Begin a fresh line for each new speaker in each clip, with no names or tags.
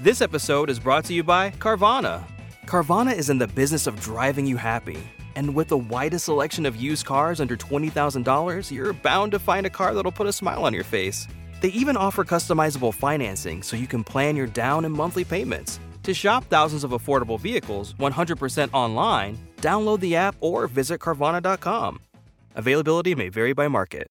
This episode is brought to you by Carvana. Carvana is in the business of driving you happy. And with the widest selection of used cars under $20,000, you're bound to find a car that'll put a smile on your face. They even offer customizable financing so you can plan your down and monthly payments. To shop thousands of affordable vehicles 100% online, download the app or visit Carvana.com. Availability may vary by market.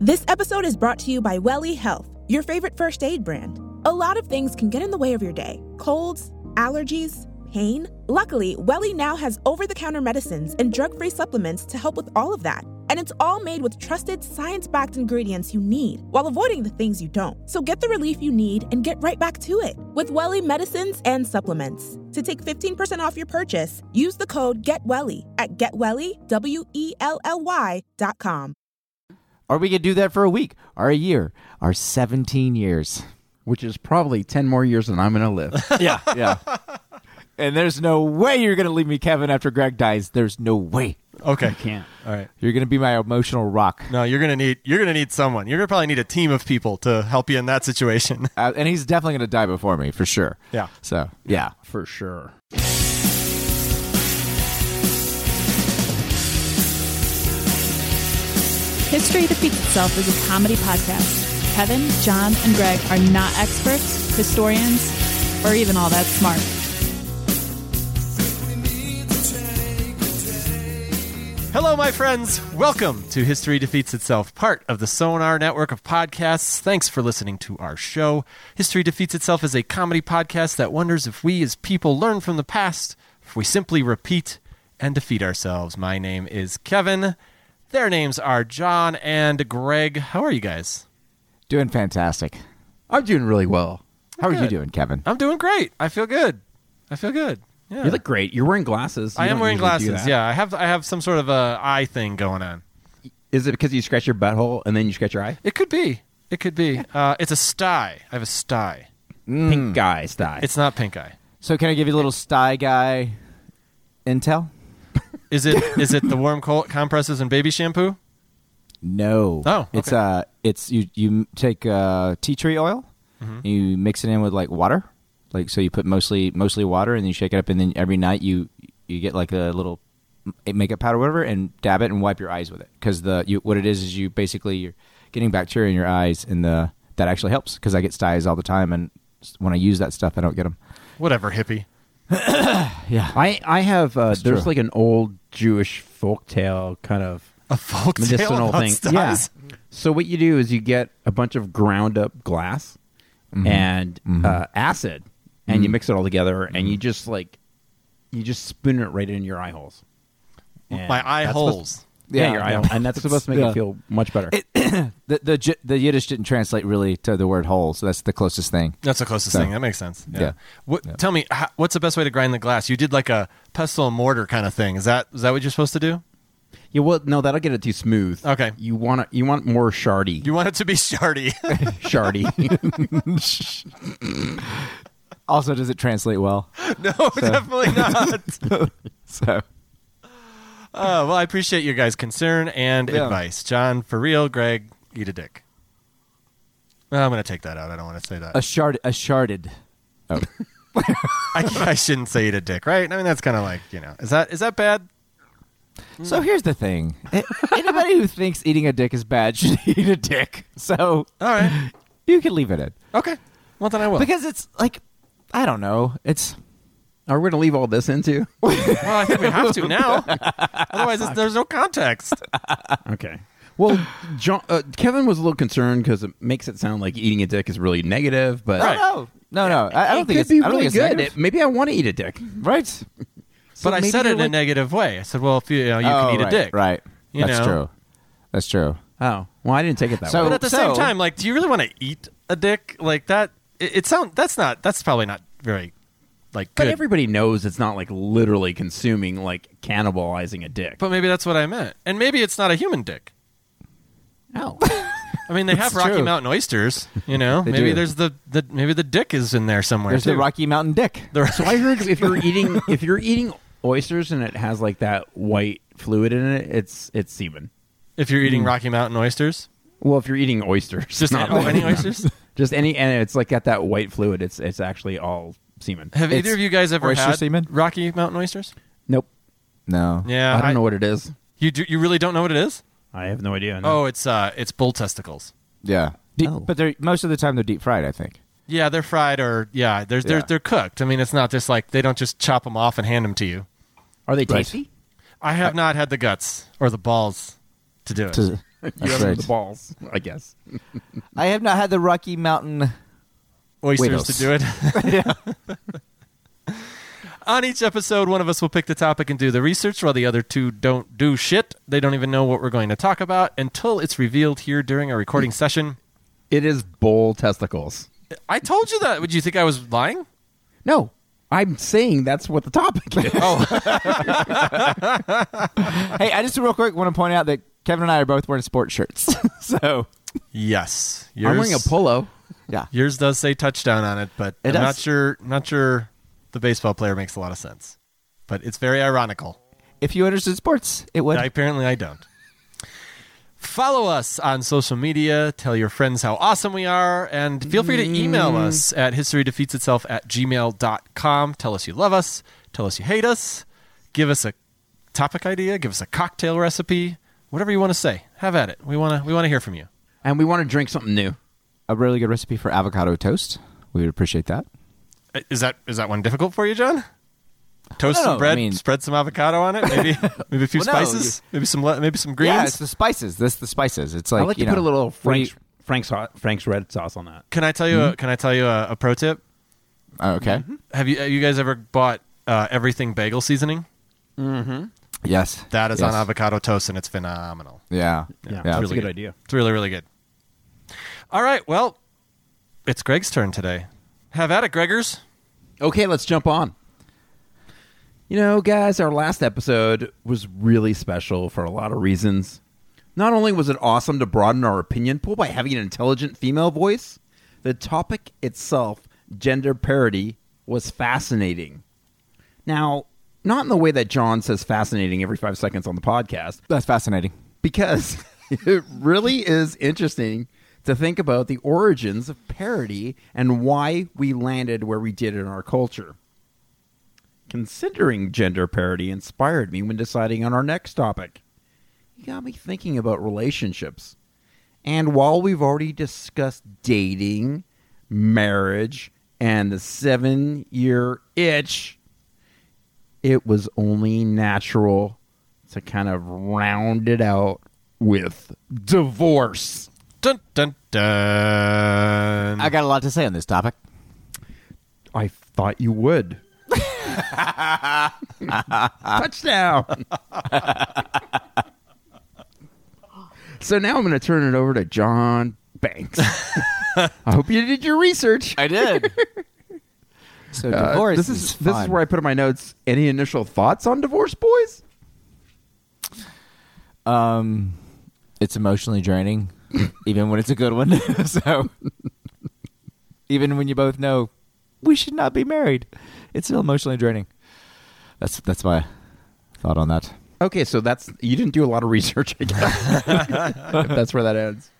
This episode is brought to you by Welly Health, your favorite first aid brand. A lot of things can get in the way of your day colds, allergies, pain. Luckily, Welly now has over the counter medicines and drug free supplements to help with all of that. And it's all made with trusted, science backed ingredients you need while avoiding the things you don't. So get the relief you need and get right back to it with Welly medicines and supplements. To take 15% off your purchase, use the code GETWELLY at GetWelly, W E L L Y dot com.
Or we could do that for a week, or a year, or 17 years.
which is probably 10 more years than I'm going to live.
Yeah. yeah. And there's no way you're going to leave me, Kevin, after Greg dies. There's no way.
Okay.
Can't.
All right.
You're going to be my emotional rock.
No, you're gonna need you're gonna need someone. You're gonna probably need a team of people to help you in that situation.
Uh, and he's definitely going to die before me, for sure.
Yeah.
So, yeah.
For sure.
History Defeats Itself is a comedy podcast. Kevin, John, and Greg are not experts, historians, or even all that smart.
Hello, my friends. Welcome to History Defeats Itself, part of the Sonar Network of podcasts. Thanks for listening to our show. History Defeats Itself is a comedy podcast that wonders if we as people learn from the past, if we simply repeat and defeat ourselves. My name is Kevin. Their names are John and Greg. How are you guys?
Doing fantastic.
I'm doing really well.
How are you
Good.
doing, Kevin?
I'm doing great. I feel good. I feel good. Yeah.
You look great. You're wearing glasses. You
I am
don't
wearing
usually do
glasses.
that.
Yeah, I have I have some sort of a eye thing going on.
Is it because you scratch your butthole and then you scratch your eye?
It could be. It could be. Uh, it's a sty. I have a sty.
Pink guy style.
It's not pink eye.
So, can I give you a little sty guy intel?
Is it? is it the warm co- compresses and baby shampoo?
No.
Oh, okay.
It's, uh, it's you, you take uh, tea tree oil,
Mm-hmm.
and you mix it in with like water. Like, so you put mostly mostly water and then you shake it up, and then every night you, you get like a little m- makeup powder, whatever, and dab it and wipe your eyes with it. Because the, you, what it is, is you basically, you're getting bacteria in your eyes, and the, that actually helps because I get styes all the time. And s- when I use that stuff, I don't get them.
Whatever, hippie.
I, I have, uh, there's
true.
like an old Jewish folktale kind of
A folk tale
medicinal
about
thing.
styes?
Yeah. So what you do is you get a bunch of ground up glass and Uh, acid, and you mix it all together, and you just like, you just spoon it right in your eye holes. And
My eye
that's supposed-
holes.
Yeah,
Yeah,
your
yeah.
eye hole, and that's supposed to make
Yeah.
it feel much better.
The, the J- the Yiddish didn't translate really to the word hole, so that's the closest thing.
That's the closest thing. That makes sense. Yeah.
Yeah.
What, Tell me, how, what's the best way to grind the glass? You did like a pestle and mortar kind of thing. Is that is that what you're supposed to do?
Yeah, well, no, that'll get it too smooth.
Okay.
you want to, you want more shardy,
You want it to be shardy.
shardy.
Also, does it translate well?
no, definitely not.
So
Oh, well, I appreciate your guys' concern and
Yeah.
advice. John, for real, Greg, eat a dick. Well, I'm going to take that out. I don't want to say that.
a shard a sharded. Oh.
I, I shouldn't say eat a dick, right? I mean, that's kind of like, you know, is that is that bad?
So here's the thing: A- anybody who thinks eating a dick is bad should eat a dick. So
All right.
you can leave it in
Okay. Well, then I will.
because it's like I don't know. It's
Are we going to leave all this into?
well, I think we have to now. Otherwise, it's, there's no context.
Okay. Well, John, uh, Kevin was a little concerned because it makes it sound like eating a dick is really negative, but
Right.
no, no, no. I, I don't
it
think
could
it's
be
I don't
really
think it's
good.
negative.
It- maybe I want to eat a dick.
right?
So
but I
maybe
said
you're
it in a
like-
negative way. I said, well, if you, you, know, you
Oh,
can eat
right,
a dick.
Right.
You
That's
know?
true. That's true.
Oh, well, I didn't take it that
So-
way.
But at the
So-
same time, like, do you really want to eat a dick? Like, that, it, it sounds, that's not, that's probably not very, like,
But
good.
everybody knows it's not like literally consuming, like cannibalizing a dick.
but maybe that's what I meant. And maybe it's not a human dick.
oh,
I mean, they have Rocky
true.
Mountain oysters. You know,
They
maybe
do.
there's the, the maybe the dick is in there somewhere.
There's
too.
the Rocky Mountain dick.
The-
so I heard if you're eating if you're eating oysters and it has like that white fluid in it, it's it's semen.
if you're eating Rocky Mountain oysters,
Well, if you're eating oysters,
just
not
oh, any oysters.
Just any, and it's like got that white fluid. It's it's actually all semen.
Have
It's-
either of you guys ever
oyster
had
semen?
Rocky Mountain oysters?
Nope.
No.
Yeah,
uh, I don't know what it is.
You do, you really don't know what it is?
I have no idea.
Oh, it's uh, it's bull testicles.
Yeah. Deep,
Oh.
But they're most of the time they're deep fried. I think.
Yeah, they're fried or yeah, they're they're
Yeah.
they're cooked. I mean, it's not just like they don't just chop them off and hand them to you.
are they
Right.
tasty?
I have not had the guts or the balls to do it.
To-
You
that's
have
right.
the balls, I guess.
I have not had the Rocky Mountain.
oysters
Widows.
to do it. On each episode, one of us will pick the topic and do the research while the other two don't do shit. They don't even know what we're going to talk about until it's revealed here during our recording session.
It is bull testicles.
I told you that. Would you think I was lying?
No, I'm saying that's what the topic is. oh,
hey, I just real quick want to point out that Kevin and I are both wearing sports shirts. so
Yes. Yours,
I'm wearing a polo.
yeah,
Yours does say touchdown on it, but
It
I'm not
does.
sure not sure the baseball player makes a lot of sense. But it's very ironical.
if you understood sports, it would.
I- apparently, I don't. Follow us on social media. Tell your friends how awesome we are. And feel free to email us at historydefeatsitself at gmail.com. Tell us you love us. Tell us you hate us. Give us a topic idea. Give us a cocktail recipe. Whatever you want to say. Have at it. We want to we want to hear from you.
and we want to drink something new.
a really good recipe for avocado toast. We would appreciate that.
Uh, Is that is that one difficult for you, John? Toast
No, no,
some bread,
I mean-
spread some avocado on it, maybe maybe a few
Well, no,
spices, maybe some le- maybe some greens.
Yeah, it's the spices. That's the spices. It's like
I like to
you
put
know,
a little
what do
Frank's Frank's hot, Frank's red sauce on that.
Can I tell you a, can I tell you a, a pro tip?
you- oh, okay.
Mm-hmm.
Have you have you guys ever bought uh, everything bagel seasoning?
Yes,
That is
Yes.
on avocado toast, and it's phenomenal.
Yeah,
Yeah,
yeah.
that's
really
a good,
good.
idea.
It's really really good. All right, well, it's Greg's turn today. Have at it, Gregors.
Okay, let's jump on. You know, guys, our last episode was really special for a lot of reasons. Not only was it awesome to broaden our opinion pool by having an intelligent female voice, the topic itself, gender parity, was fascinating. Now, not in the way that John says fascinating every five seconds on the podcast,
That's fascinating.
because it really is interesting to think about the origins of parody and why we landed where we did in our culture. Considering gender parody inspired me when deciding on our next topic. You got me thinking about relationships. And while we've already discussed dating, marriage, and the seven year itch, it was only natural to kind of round it out with divorce.
Dun dun
Mm.
dun.
I got a lot to say on this topic.
I thought you would. Touchdown. so now I'm going to turn it over to John Banks. I hope you did your research.
I did. so
Uh,
divorce.
this is, this is
fun.
where I put in my notes. Any initial thoughts on divorce, boys?
Um, it's emotionally draining, even when it's a good one. so, even when you both know we should not be married, it's still emotionally draining. That's that's my thought on that.
Okay, so that's you didn't do a lot of research, I guess. if that's where that ends.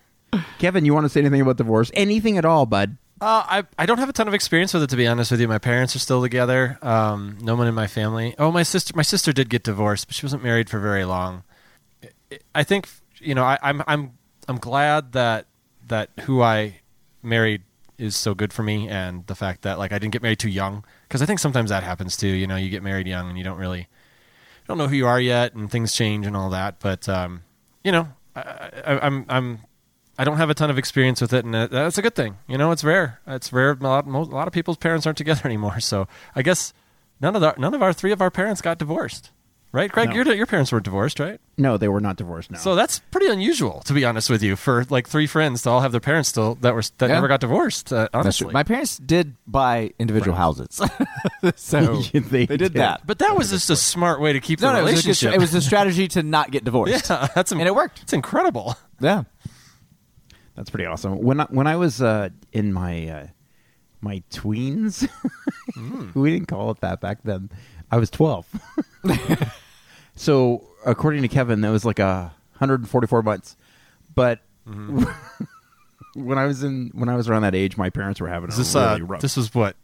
Kevin, you want to say anything about divorce? Anything at all, bud?
Uh, I I don't have a ton of experience with it to be honest with you. My parents are still together. Um, no one in my family. Oh, my sister. My sister did get divorced, but she wasn't married for very long. I- I think you know. I, I'm I'm I'm glad that that who I married is so good for me, and the fact that like I didn't get married too young because I think sometimes that happens too. You know, you get married young and you don't really you don't know who you are yet, and things change and all that. But um, you know, I, I, I'm I'm I don't have a ton of experience with it, and uh, that's a good thing. You know, it's rare. It's rare. A lot, most, a lot of people's parents aren't together anymore, so I guess none of the, none of our three of our parents got divorced, right? Greg,
No.
your your parents were divorced, right?
No, they were not divorced. No.
So that's pretty unusual, to be honest with you, for like three friends to all have their parents still that were that
Yeah.
never got divorced. Uh,
That's
honestly,
true. My parents did buy individual houses, so
They
they, did,
did.
that.
but that was just a smart way to keep
no,
the
no, it was, just,
relationship.
it was a strategy to not get divorced.
yeah, that's
and it worked.
It's incredible.
Yeah,
that's pretty awesome. When I, when I was uh, in my uh, my tweens,
Mm.
we didn't call it that back then. I was twelve. so
Mm-hmm.
according to Kevin, that was like a hundred and forty four months. But when I was in when I was around that age, my parents were having a
This uh,
really rough.
this was what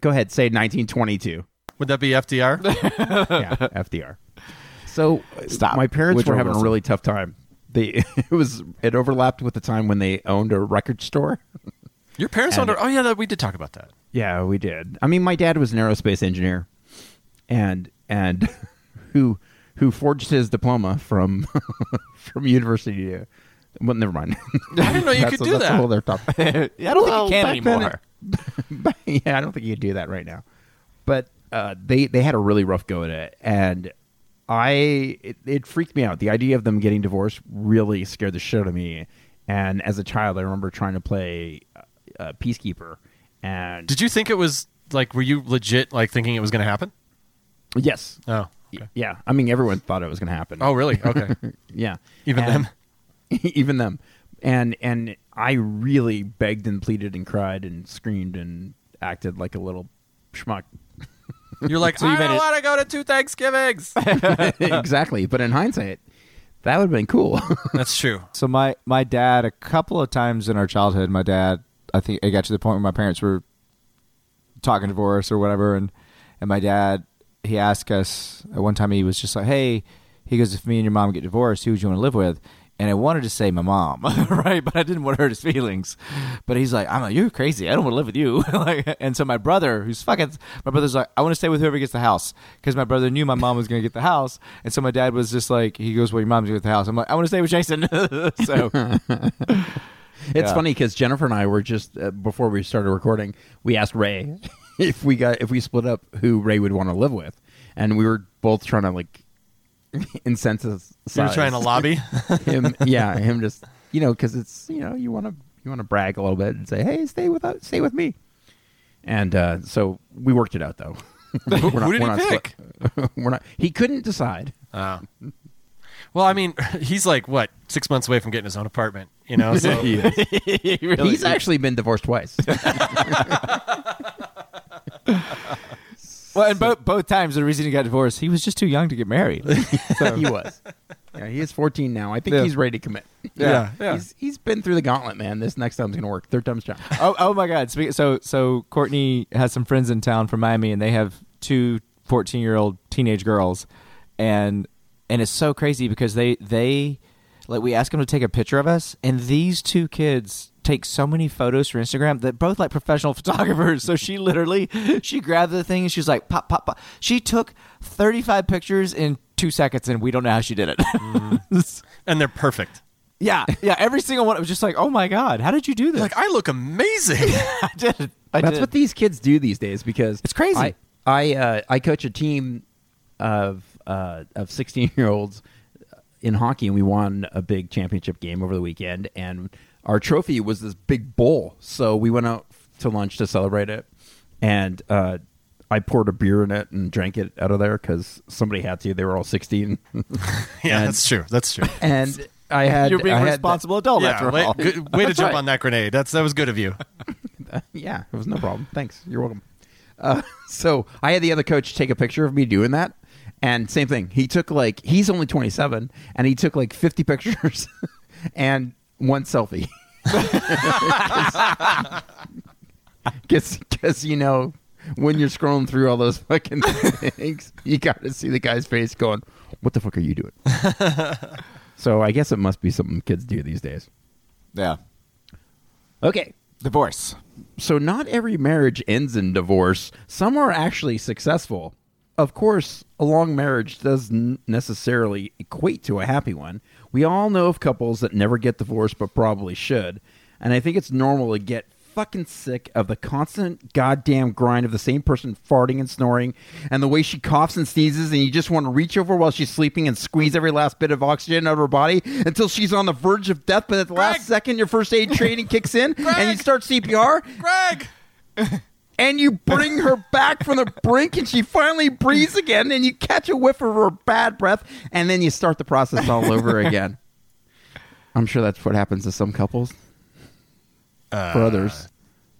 Go ahead, say 1922.
would that be FDR?
yeah, FDR. So uh,
Stop.
My parents
Woodrow
were having
Wilson.
a really tough time. They it was it overlapped with the time when they owned a record store.
Your parents
And-
under? Oh yeah, that, we did talk about that.
Yeah, we did. I mean, my dad was an aerospace engineer, and and who who forged his diploma from from university. To, well, never mind.
I didn't know you
That's
could
a-
do
that's
that.
A whole other topic.
I don't
Well,
think you can
back then
anymore.
But, yeah, I don't think you do that right now. But uh, they they had a really rough go at it, and I it, it freaked me out. The idea of them getting divorced really scared the shit out of me. And as a child, I remember trying to play uh, uh, peacekeeper. And
Did you think it was like? Were you legit like thinking it was going to happen?
yes,
Oh,
Y- yeah. I mean, everyone thought it was going to happen.
oh really? Okay.
yeah.
Even
And-
them?
even them. And and I really begged and pleaded and cried and screamed and acted like a little schmuck
You're like,
you
I
made
don't
it-
want to go to two Thanksgivings.
exactly. But in hindsight, that would have been cool.
That's true.
So my my dad a couple of times in our childhood, my dad I think it got to the point where my parents were talking divorce or whatever, and and my dad he asked us at one time he was just like, hey, he goes if me and your mom get divorced, who would you want to live with? And I wanted to say my mom, right? But I didn't want to hurt his feelings. But he's like, I'm like, you're crazy. I don't want to live with you. like, and so my brother, who's fucking, my brother's like, I want to stay with whoever gets the house because my brother knew my mom was going to get the house. And so my dad was just like, he goes, well, your mom's going to get the house. I'm like, I want to stay with Jason. so
it's
Yeah.
funny because Jennifer and I were just uh, before we started recording, we asked Ray if we got if we split up who Ray would want to live with, and we were both trying to like incense
You're trying to lobby.
him. Yeah, him just you know because it's you know you want to you want to brag a little bit and say hey stay with us, stay with me, and uh, so we worked it out though. we're not,
who did
we're
he
not
pick?
split- we're not. He couldn't decide.
Oh. Well, I mean, he's like what six months away from getting his own apartment. You know, so
He's actually been divorced twice.
Well, and both both times the reason he got divorced, he was just too young to get married.
he was. Yeah, he is 14 now. I think
Yeah.
he's ready to commit.
Yeah, yeah.
He's, he's been through the gauntlet, man. This next time's gonna work. Third time's charm.
oh, oh my God! Speak- So, so Courtney has some friends in town from Miami, and they have two 14 year old teenage girls, and and it's so crazy because they they like we ask them to take a picture of us, and these two kids take so many photos for Instagram that both like professional photographers. So she literally she grabbed the thing and she's like pop pop pop. She took 35 pictures in two seconds, and we don't know how she did it.
Mm-hmm. and they're perfect.
Yeah, yeah. Every single one. It was just like, oh my god, how did you do this?
Like I look amazing.
I did. I
That's
did.
what these kids do these days because
It's crazy.
I I, uh, I coach a team of uh, of 16 year olds in hockey, and we won a big championship game over the weekend, and our trophy was this big bowl. So we went out to lunch to celebrate it, and uh, I poured a beer in it and drank it out of there because somebody had to. They were all 16,
yeah, that's true. That's true.
and I had
You're being
I
a
had-
responsible adult
yeah,
after
way,
all.
good, way to jump on that grenade. Oh, That's that was good of you.
Yeah, it was no problem. Thanks. You're welcome. Uh, so I had the other coach take a picture of me doing that. And same thing. He took like, he's only 27, and he took like 50 pictures and one selfie. Because, you know, when you're scrolling through all those fucking things, you got to see the guy's face going, What the fuck are you doing? so I guess it must be something kids do these days.
Yeah,
Okay.
divorce.
So not every marriage ends in divorce. Some are actually successful. Of course, a long marriage doesn't necessarily equate to a happy one. We all know of couples that never get divorced but probably should. And I think it's normal to get fucking sick of the constant goddamn grind of the same person farting and snoring and the way she coughs and sneezes and you just want to reach over while she's sleeping and squeeze every last bit of oxygen out of her body until she's on the verge of death but at the last second your first aid training kicks in and you start CPR
Greg,
and you bring her back from the brink and she finally breathes again and you catch a whiff of her bad breath and then you start the process all over again i'm sure that's what happens to some couples for others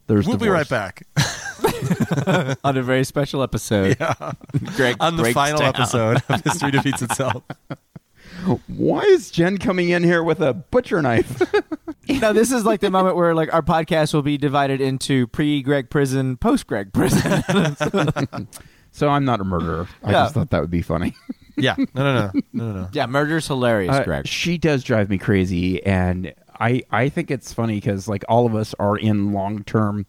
there's
we'll be right
divorce.
back
on a very special episode. Greg
on the
breaks
final
down.
episode of History Defeats Itself.
why is jen coming in here with a butcher knife
now this is like the moment where like our podcast will be divided into pre Greg prison, post Greg prison.
So I'm not a murderer. I
Yeah.
just thought that would be funny.
Yeah. No, no, no, no, no, no.
yeah, murder's hilarious,
Uh,
Greg.
She does drive me crazy, and I I think it's funny because like all of us are in long term,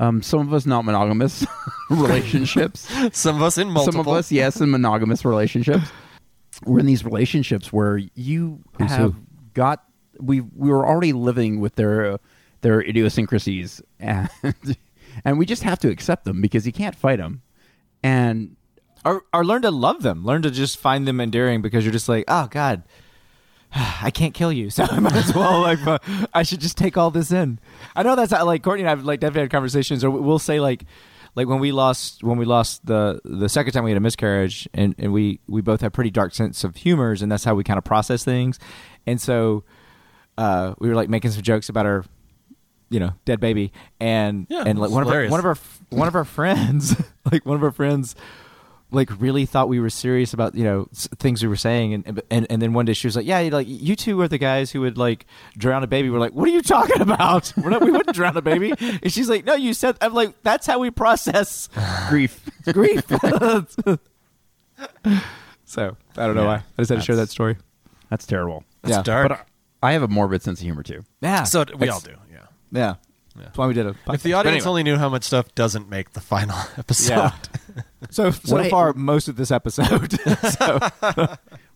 um, some of us not monogamous relationships.
Some of us in multiple.
Some of us, yes, in monogamous relationships. We're in these relationships where you have got we we were already living with their their idiosyncrasies, and and we just have to accept them because you can't fight them, and.
or, or learn to love them. Learn to just find them endearing because you're just like, oh God, I can't kill you, so I might as well like uh, I should just take all this in. I know that's not, like Courtney and I've like definitely had conversations, or we'll say like like when we lost when we lost the the second time we had a miscarriage, and and we we both have pretty dark sense of humors, and that's how we kind of process things, and so uh, we were like making some jokes about our you know dead baby and
Yeah,
and like one of our,
hilarious.
one of our one of our friends like one of our friends like really thought we were serious about you know s- things we were saying and and and then one day she was like yeah like you two are the guys who would like drown a baby we're like what are you talking about we're not, we wouldn't drown a baby and she's like no you said I'm like that's how we process
Grief.
grief so I don't know
Yeah,
why I just had to share that
that's-
story
That's terrible.
It's
yeah
dark.
But uh, I, I have a morbid sense of humor too.
yeah
so we all
That's-
do. Yeah.
yeah. That's why we did a podcast.
Ah, If the
But
audience
anyway.
only knew how much stuff doesn't make the final episode.
Yeah. So so
What I-
far, most of this episode. so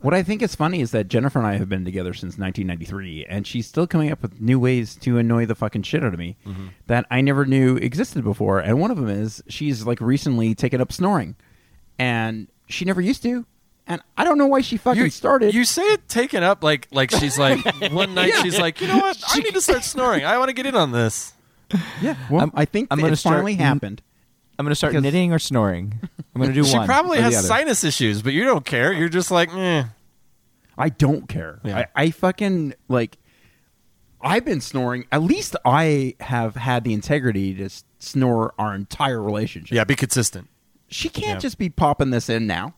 What I think is funny is that Jennifer and I have been together since 1993, and she's still coming up with new ways to annoy the fucking shit out of me
Mm-hmm.
that I never knew existed before. And one of them is she's like recently taken up snoring, and she never used to. And I don't know why she fucking started.
You say it taken up like like she's like one night she's like, you know what? I need to start snoring. I want to get in on this.
yeah, well,
I'm-
i think
I'm
that
gonna
it finally
start-
happened.
I'm going to start
Because-
knitting or snoring. I'm going to do
She
one.
probably
or the
has
other.
sinus issues, but you don't care. You're just like, eh.
I don't care.
Yeah.
I, I fucking like. I've been snoring. At least I have had the integrity to s- snore our entire relationship.
yeah, be consistent.
She can't
Yeah.
just be popping this in now.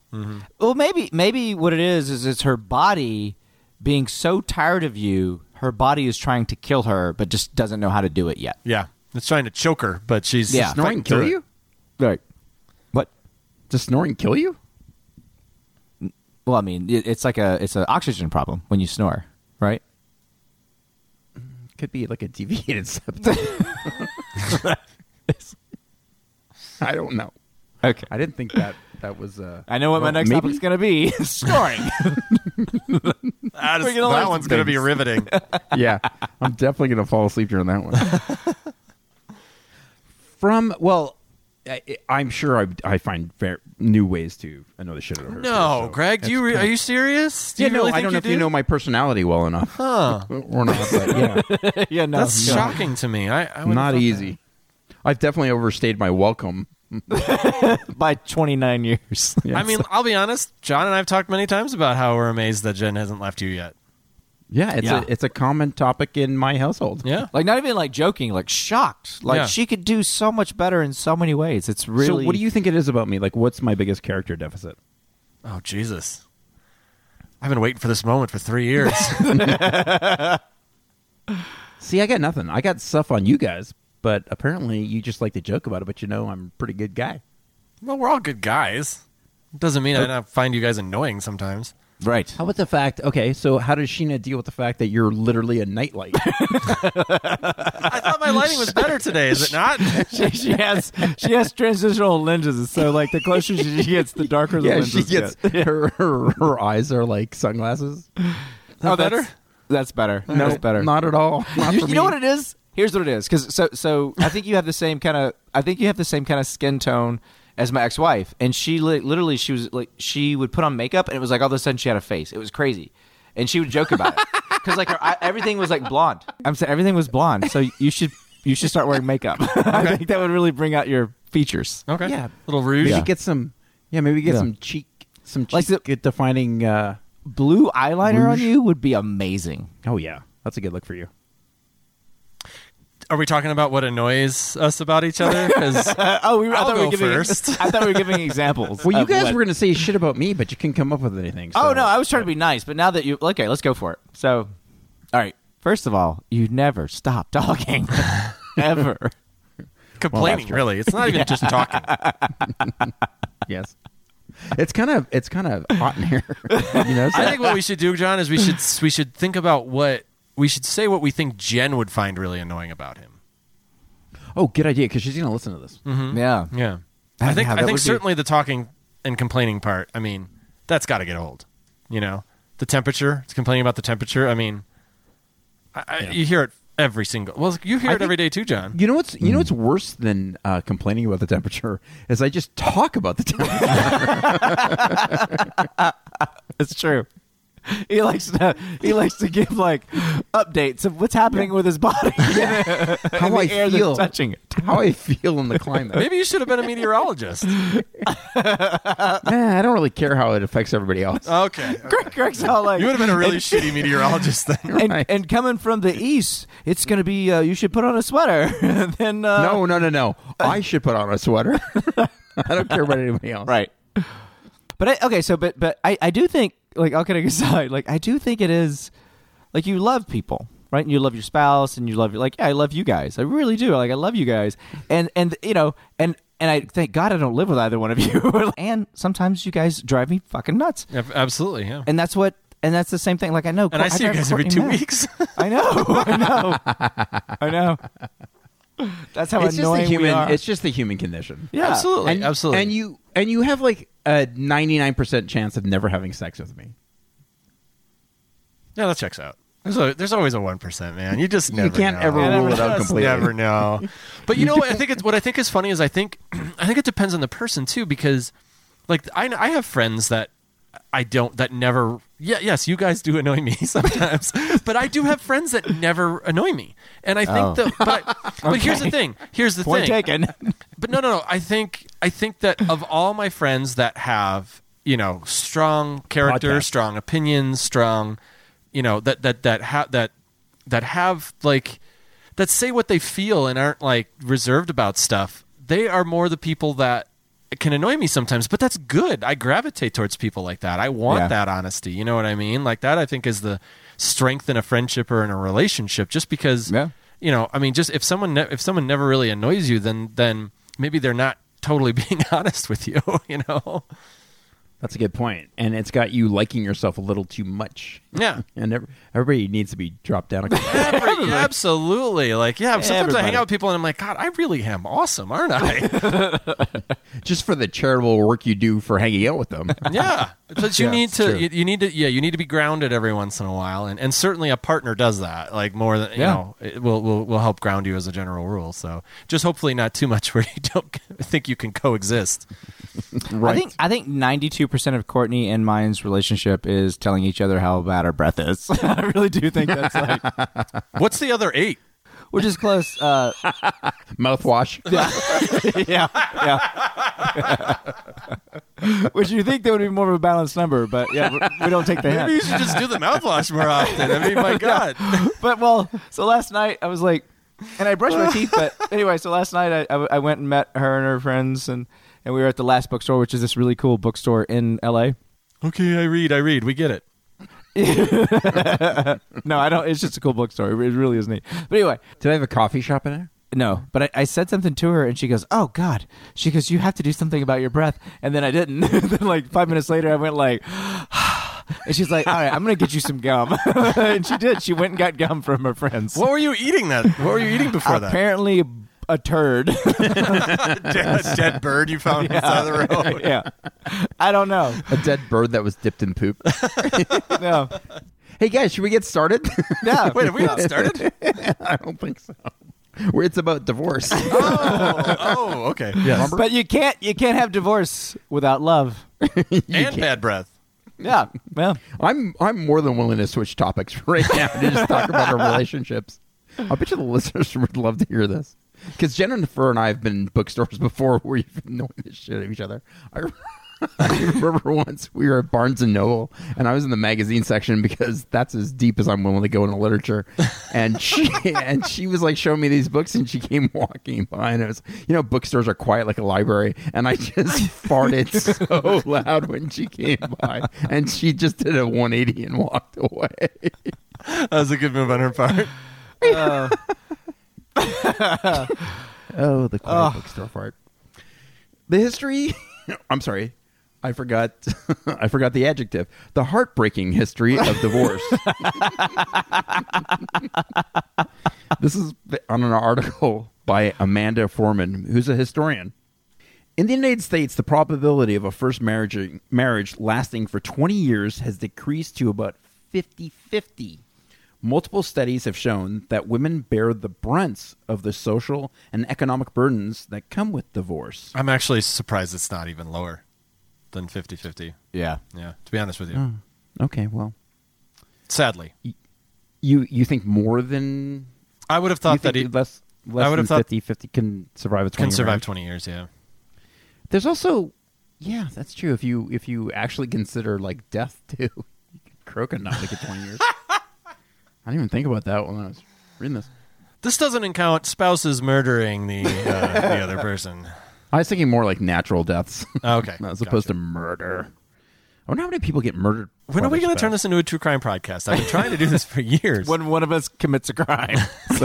Well, maybe maybe what it is is it's her body being so tired of you. Her body is trying to kill her, but just doesn't know how to do it yet.
Yeah, it's trying to choke her, but she's
Yeah.
just
Does snoring
fighting
kill
through it.
you?
Right. What?
Does snoring kill you?
Well, I mean, it, it's like a it's an oxygen problem when you snore, right?
Could be like a deviated septum. I don't know.
Okay.
I didn't think that that was. Uh,
I know what my
well,
next
maybe?
topic's going to be: snoring.
That, is,
We're gonna learn
that one's
some
going to be
things.
riveting.
yeah, I'm definitely gonna fall asleep during that one. From well, I, I'm sure I, I find fair, new ways to another the shit out of her.
no,
so
Greg, do
that's
you re-
kinda-
are you serious? Do
yeah,
you
no,
really
I
think
don't know if
do?
you know my personality well enough.
Huh.
Or not, but yeah,
yeah, no,
That's
no.
shocking to me. I, I wouldn't have
not
thought
easy. I've definitely overstayed my welcome.
By 29 years.
that. I mean, I'll be honest. John and I have talked many times about how we're amazed that Jen hasn't left you yet.
Yeah, it's
Yeah.
a it's a common topic in my household.
Yeah,
Like not even like joking, like shocked. Like
Yeah.
she could do so much better in so many ways. It's really
So what do you think it is about me? Like what's my biggest character deficit?
Oh Jesus! I've been waiting for this moment for three years.
See, I got nothing. I got stuff on you guys, but apparently you just like to joke about it, but you know I'm a pretty good guy.
well, we're all good guys. Doesn't mean I don't find you guys annoying sometimes.
Right.
How about the fact okay, so how does Sheena deal with the fact that you're literally a nightlight?
I thought my lighting was better today. Is it not?
she, she has she has transitional lenses, so like the closer she gets, the darker the
yeah,
lenses
she gets
get.
her, her her eyes are like sunglasses.
Oh,
better?
That's, that's better. that's better.
Not at all. Not
you,
for
you know
me.
what it is? Here's what it is. Because so so I think you have the same kind of I think you have the same kind of skin tone as my ex-wife, and she li- literally she was like she would put on makeup, and it was like all of a sudden she had a face. It was crazy, and she would joke about it because like her, I, everything was like blonde. I'm saying everything was blonde. So you should you should start wearing makeup. I think that would really bring out your features.
Okay.
Yeah.
Little rouge.
Maybe get some yeah, maybe get
Yeah.
some cheek some
Like
cheek defining uh
Blue eyeliner on
Rouge.
you would be amazing.
Oh yeah. That's a good look for you.
Are we talking about what annoys us about each other? 'Cause-
Oh, we, I
I'll
thought we were
go
giving,
first.
I thought we were giving examples.
Well, you
of
guys
what-
were going to say shit about me, but you couldn't come up with anything.
Oh
so-
no, I was trying to be nice, but now that you okay, let's go for it. So, all right, First of all, you never stop talking, ever.
Complaining, really. It's not even just talking.
Yes. It's kind of it's kind of hot in here. you know,
I think what we should do, John, is we should we should think about what we should say what we think Jen would find really annoying about him.
oh, good idea because she's gonna listen to
Mm-hmm.
this.
Yeah.
Yeah, I think
Yeah, that
I
would
think
be-
certainly the talking and complaining part. I mean, that's got to get old. You know, the temperature. It's complaining about the temperature. I mean, I, I, you hear it every single. Well, you hear
I
it every
think-
day too, John.
You know what's
Mm-hmm.
you know what's worse than uh, complaining about the temperature is I just talk about the temperature.
It's true. He likes to he likes to give like updates of what's happening with his body.
how I
the air that's
feel
touching it.
How I feel in the climate.
Maybe you should have been a meteorologist.
Nah, I don't really care how it affects everybody else.
Uh,
okay,
Greg, Greg's all like
you would have been a really shitty meteorologist then.
and,
Right.
and coming from the east, it's gonna be uh, you should put on a sweater. and then uh,
no, no, no, no. I should put on a sweater. I don't care about anybody else.
right. But I, okay, so but but I I do think like all kidding aside, like I do think it is like you love people, right? And you love your spouse, and you love your like yeah, I love you guys, I really do. Like I love you guys, and and you know and. And I thank God I don't live with either one of you. and sometimes you guys drive me fucking nuts.
Absolutely, yeah.
and that's what and that's the same thing like i know
And I see you
drive
guys every
Courtney
two
mad.
weeks.
i know i know i know that's how
It's just the
annoying we
human.
are
It's just the human condition.
yeah
Absolutely,
and,
absolutely.
And you and you have like a ninety nine percent chance of never having sex with me.
yeah, that checks out. There's, a, there's always a one percent, man. You just never
can't
know.
ever
You
rule it out
just
completely.
Never know. But you know what? I think it's what I think is funny is I think I think it depends on the person too because like I I have friends that I don't that never yeah yes you guys do annoy me sometimes but I do have friends that never annoy me and I think
Oh.
that but, I, but here's the thing here's the
point
thing
taken
but no, no, no. I think I think that of all my friends that have you know strong character,
Podcast.
strong opinions, strong, you know that that that have that that have like that say what they feel and aren't like reserved about stuff. They are more the people that can annoy me sometimes, but that's good. I gravitate towards people like that. I want
Yeah.
that honesty. You know what I mean? Like that. I think is the strength in a friendship or in a relationship. Just because
Yeah.
you know i mean just if someone ne- if someone never really annoys you then then maybe they're not totally being honest with you you know
That's a good point, and it's got you liking yourself a little too much.
yeah
And every, everybody needs to be dropped down. A
Every- absolutely like yeah sometimes i hang
Everybody.
out with people and i'm like god i really am awesome aren't i
just for the charitable work you do for hanging out with them.
yeah but you need
true.
to you, you need to yeah you need to be grounded every once in a while and, and certainly a partner does that like more than you
Yeah.
know it will, will will help ground you as a general rule so just hopefully not too much where you don't think you can coexist
right.
i think i think 92% of courtney and mine's relationship is telling each other how bad our breath is i really do think that's like
what's the other eight
which is close uh
Mouthwash.
yeah yeah which you think that would be more of a balanced number but yeah we- we don't take the hint
Maybe you should just do the mouthwash more often. I mean, my God.
but well, so last night I was like, and I brushed my teeth. But anyway, so last night I, I, I went and met her and her friends, and and we were at the last bookstore, which is this really cool bookstore in L.A.
Okay, I read, I read. We get it.
No, I don't. It's just a cool bookstore. It really is neat. But anyway,
Did I have a coffee shop in there?
no. But I, I said something to her, and she goes, "Oh God," she goes, "You have to do something about your breath." And then I didn't. then like five minutes later, I went like. And she's like, "All right, I'm gonna get you some gum," and she did. She went and got gum from her friends.
What were you eating that? What were you eating before that?
Apparently, a turd.
dead, a dead bird you found on the side of the road.
yeah, I don't know.
A dead bird that was dipped in poop.
No,
hey guys, should we get started?
yeah.
Wait, have we not started?
I don't think so. Where it's about divorce.
Oh, oh okay. Yes.
But you can't you can't have divorce without love.
And bad breath.
Yeah. Well,
I'm I'm more than willing to switch topics right now to just talk about our relationships. I bet you the listeners would love to hear this because Jennifer and I have been in bookstores before where you've been knowing this shit of each other. I, re- I remember once we were at Barnes and Noble and I was in the magazine section because that's as deep as I'm willing to go into literature. And she and she was like showing me these books and she came walking by and it was you know bookstores are quiet like a library and I just farted so loud when she came by and she just did a 180 and walked away.
That was a good move on her part.
Oh, the comic book store part. The history. I'm sorry, I forgot. I forgot the adjective. The heartbreaking history of divorce. this is on an article by Amanda Foreman, who's a historian. In the United States, the probability of a first marriage marriage lasting for 20 years has decreased to about 50-50. Multiple studies have shown that women bear the brunts of the social and economic burdens that come with divorce.
I'm actually surprised it's not even lower than 50 50.
Yeah.
Yeah, to be honest with you.
Hmm.
Okay, well,
Sadly,
you you think more than
I would have
you
thought
think
that he
less less
I would
than
have thought-
50 50 can survive a 20
can survive
marriage.
20 years. Yeah.
There's also yeah, that's true if you if you actually consider like death too. You could croak enough to get 20 years. I didn't even think about that when I was reading this.
This doesn't count spouses murdering the uh, the other person.
I was thinking more like natural deaths
Oh, Okay.
as opposed to murder. I wonder how many people get murdered.
When are
by
we
their
going to turn
spouse.
this into a true crime podcast? I've been trying to do this for years.
When one of us commits a crime,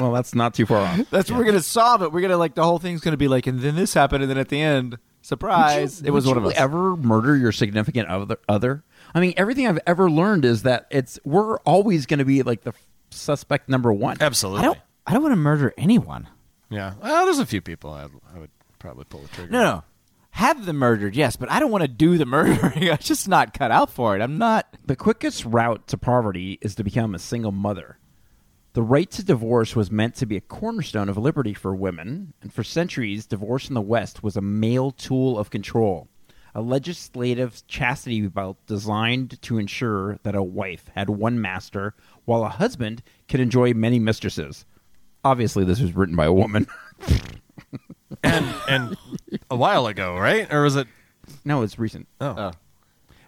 well, that's not too far off.
that's where we're gonna solve it. We're gonna like the whole thing's gonna be like, and then this happened, and then at the end, surprise,
Would you-
it was
would
one of
you
us.
Ever murder your significant other? Other? I mean, everything I've ever learned is that it's we're always going to be like the f- suspect number one.
I
Absolutely.
don't. I don't want to murder anyone.
Yeah. Well, there's a few people I'd, I would probably pull the trigger.
No, no. Have them murdered, yes, but I don't want to do the murdering. I'm just not cut out for it. I'm not.
The quickest route to poverty is to become a single mother. The right to divorce was meant to be a cornerstone of liberty for women, and for centuries, divorce in the West was a male tool of control, a legislative chastity belt designed to ensure that a wife had one master while a husband could enjoy many mistresses. Obviously, this was written by a woman.
And and a while ago, right? Or was it?
no, it's recent.
Oh.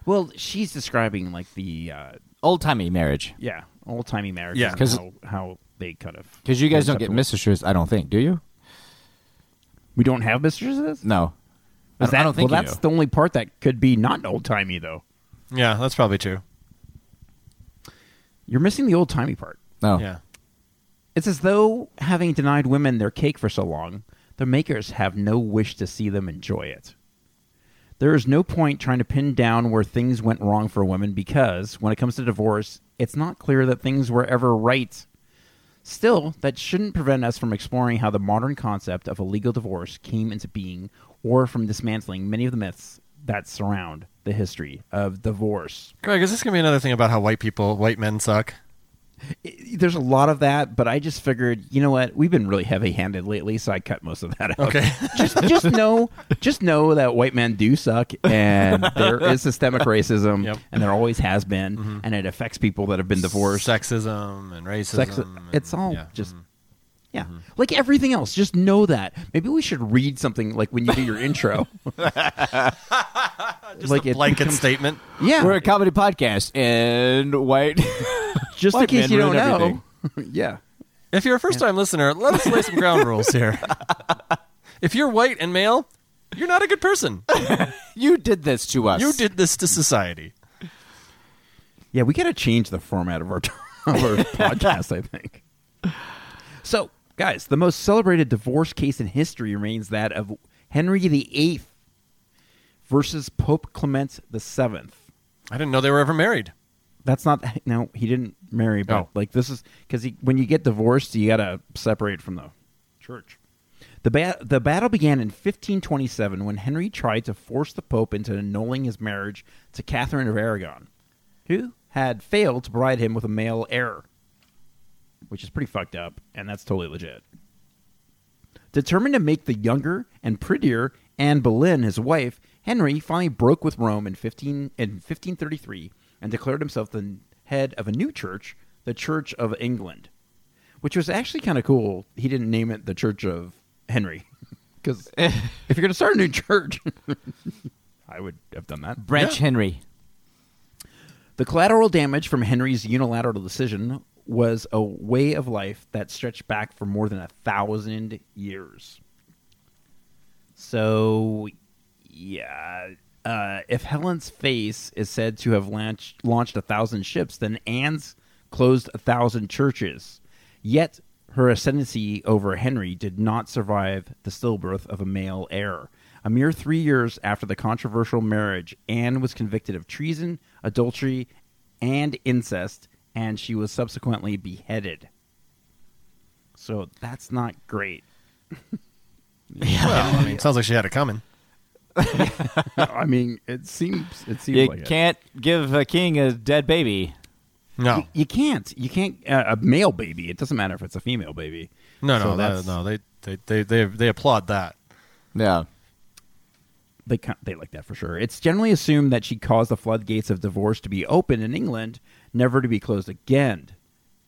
Well, she's describing like the uh,
Old timey marriage.
yeah old timey marriage.
Yeah.
'Cause-
how, how they kind of
Because you guys don't get
Acceptable.
mistresses, I don't think, do you?
we don't have mistresses.
No. I
Is
don't- I don't think
well,
you
that's
do.
the only part that could be not old timey though.
Yeah, that's probably true.
You're missing the old timey part.
No.
Yeah.
It's as though having denied women their cake for so long, their makers have no wish to see them enjoy it. There is no point trying to pin down where things went wrong for women because when it comes to divorce, it's not clear that things were ever right. Still, that shouldn't prevent us from exploring how the modern concept of a legal divorce came into being or from dismantling many of the myths that surround the history of divorce.
Greg, is this going to be another thing about how white people, white men suck?
it- there's a lot of that, but I just figured, you know what? We've been really heavy-handed lately, so I cut most of that out.
Okay.
just just know, just know that white men do suck, and there is systemic racism,
Yep. Mm-hmm.
and there always has been, and it affects people that have been divorced.
Sexism and racism.
Sex,
and-
it's all
yeah. Mm-hmm.
just. Yeah, like everything else, just know that. Maybe we should read something like when you do your intro.
Just
like
a
it
blanket
becomes-
statement.
Yeah,
We're a comedy podcast, and white.
just in
White
case
men
you don't
ruin
know. yeah,
If you're a first time listener, let us lay some ground rules here. If you're white and male, you're not a good person.
you did this to us.
You did this to society.
Yeah, we got to change the format of our, of our podcast, I think. So, guys, the most celebrated divorce case in history remains that of Henry VIII versus Pope Clement VII.
I didn't know they were ever married.
That's not no, he didn't marry, but
Oh.
like this is because when you get divorced, you got to separate from the church. The, ba- the battle began in 1527 when Henry tried to force the Pope into annulling his marriage to Catherine of Aragon, who had failed to provide him with a male heir, which is pretty fucked up, and that's totally legit. Determined to make the younger and prettier Anne Boleyn his wife, Henry finally broke with Rome in, 15, in 1533 and declared himself the head of a new church, the Church of England, which was actually kind of cool. He didn't name it the Church of Henry. Because if you're going to start a new church, I would have done that.
Branch Henry.
The collateral damage from Henry's unilateral decision was a way of life that stretched back for more than a thousand years. So, yeah. Uh, if Helen's face is said to have launched, launched a thousand ships, then Anne's closed a thousand churches. Yet her ascendancy over Henry did not survive the stillbirth of a male heir. A mere three years after the controversial marriage, Anne was convicted of treason, adultery, and incest, and she was subsequently beheaded. So that's not great.
Well, I mean, sounds like she had it coming.
I mean, it seems it seems
You
like it.
can't give a king a dead baby.
No,
You can't. You can't. Uh, a male baby. It doesn't matter if it's a female baby.
no, no,
So
that-
that's-
no. They, they, they, they, they applaud that.
Yeah.
They ca- they like that for sure. It's generally assumed that she caused the floodgates of divorce to be open in England, never to be closed again.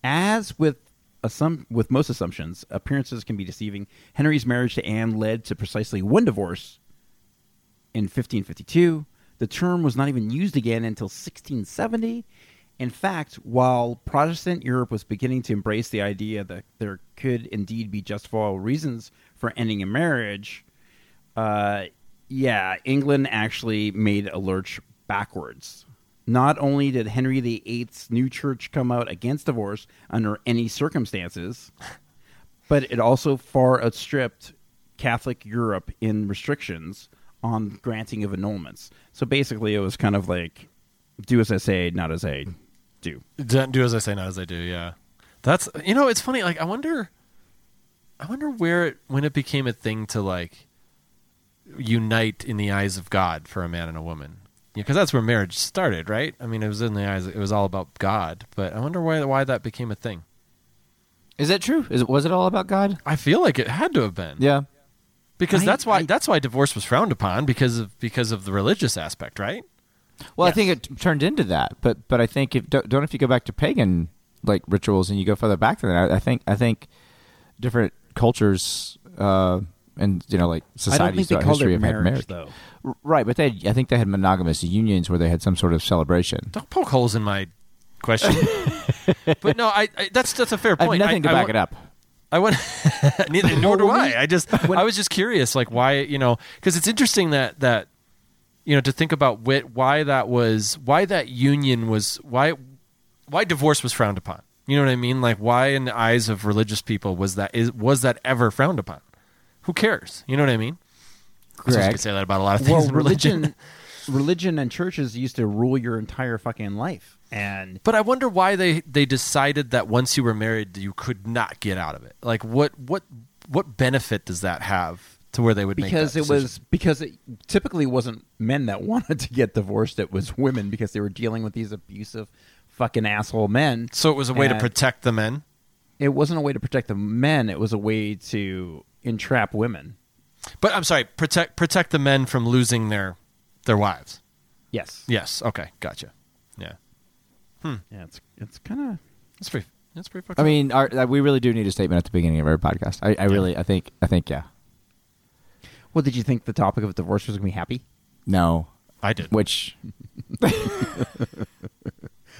As with assum- with most assumptions, appearances can be deceiving. Henry's marriage to Anne led to precisely one divorce in 1552. The term was not even used again until 1670. In fact, while Protestant Europe was beginning to embrace the idea that there could indeed be justifiable reasons for ending a marriage, uh, yeah, England actually made a lurch backwards. Not only did Henry VIII's new church come out against divorce under any circumstances, but it also far outstripped Catholic Europe in restrictions on granting of annulments. So basically, it was kind of like do as I say, not as I do.
Don't do as I say, not as I do. Yeah, that's you know, it's funny. Like I wonder, I wonder where it when it became a thing to like unite in the eyes of God for a man and a woman. Yeah, because that's where marriage started, right? I mean, it was in the eyes. It was all about God, but I wonder why why that became a thing.
Is that true? Is it, was it all about God?
I feel like it had to have been.
Yeah.
because
I-
that's why
I-
that's why divorce was frowned upon because of because of the religious aspect, right?
Well, I think it t- turned into that, but but I think if don't, don't if you go back to pagan like rituals and you go further back than that, I, I think I think different cultures uh, and you know like
I don't think
societies
they
throughout
called
history
it
have
marriage,
had marriage,
though.
R- right? But they had, I think they had monogamous unions where they had some sort of celebration.
Don't poke holes in my question. but no, I, I that's that's a fair
I have
point.
nothing to
I
back
wa-
it up.
I went, neither, nor do I. I just, I was just curious, like why, you know, because it's interesting that that, you know, to think about wit, why that was, why that union was, why, why divorce was frowned upon. You know what I mean? Like why, in the eyes of religious people, was that is was that ever frowned upon? Who cares? You know what I mean? I suppose you
Correct.
could say that about a lot of things
Well,
in religion.
religion, religion and churches used to rule your entire fucking life, and
But I wonder why they they decided that once you were married, you could not get out of it. Like what what what benefit does that have to where they would
because
make
it
that decision?
was because it typically wasn't men that wanted to get divorced; it was women because they were dealing with these abusive fucking asshole men.
So it was a way to
And
protect the men.
It wasn't a way to protect the men; it was a way to entrap women.
But I'm sorry, protect protect the men from losing their their wives.
Yes,
Yes. Okay. Gotcha. Yeah.
yeah it's it's kind of
That's pretty. That's pretty fucking.
I mean, our, uh, we really do need a statement at the beginning of our podcast. I, I really, I think, I think, yeah.
well. Did you think the topic of divorce was going to be happy?
No,
I did.
which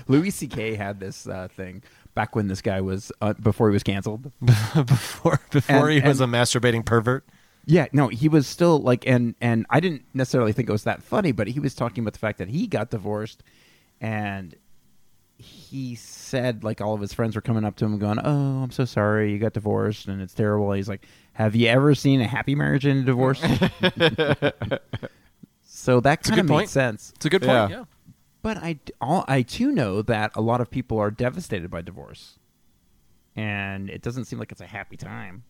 Louis C.K. had this uh, thing back when this guy was uh, before he was canceled.
before before
And-
he was a
and-
masturbating pervert.
Yeah, no, he was still like, and and I didn't necessarily think it was that funny, but he was talking about the fact that he got divorced, and he said like all of his friends were coming up to him going, "Oh, I'm so sorry, you got divorced, and it's terrible." He's like, "Have you ever seen a happy marriage and a divorce?" so that
a
kind of made
good point.
sense.
It's a good
Yeah.
point. Yeah.
But I, d- all, I too know that a lot of people are devastated by divorce, and it doesn't seem like it's a happy time.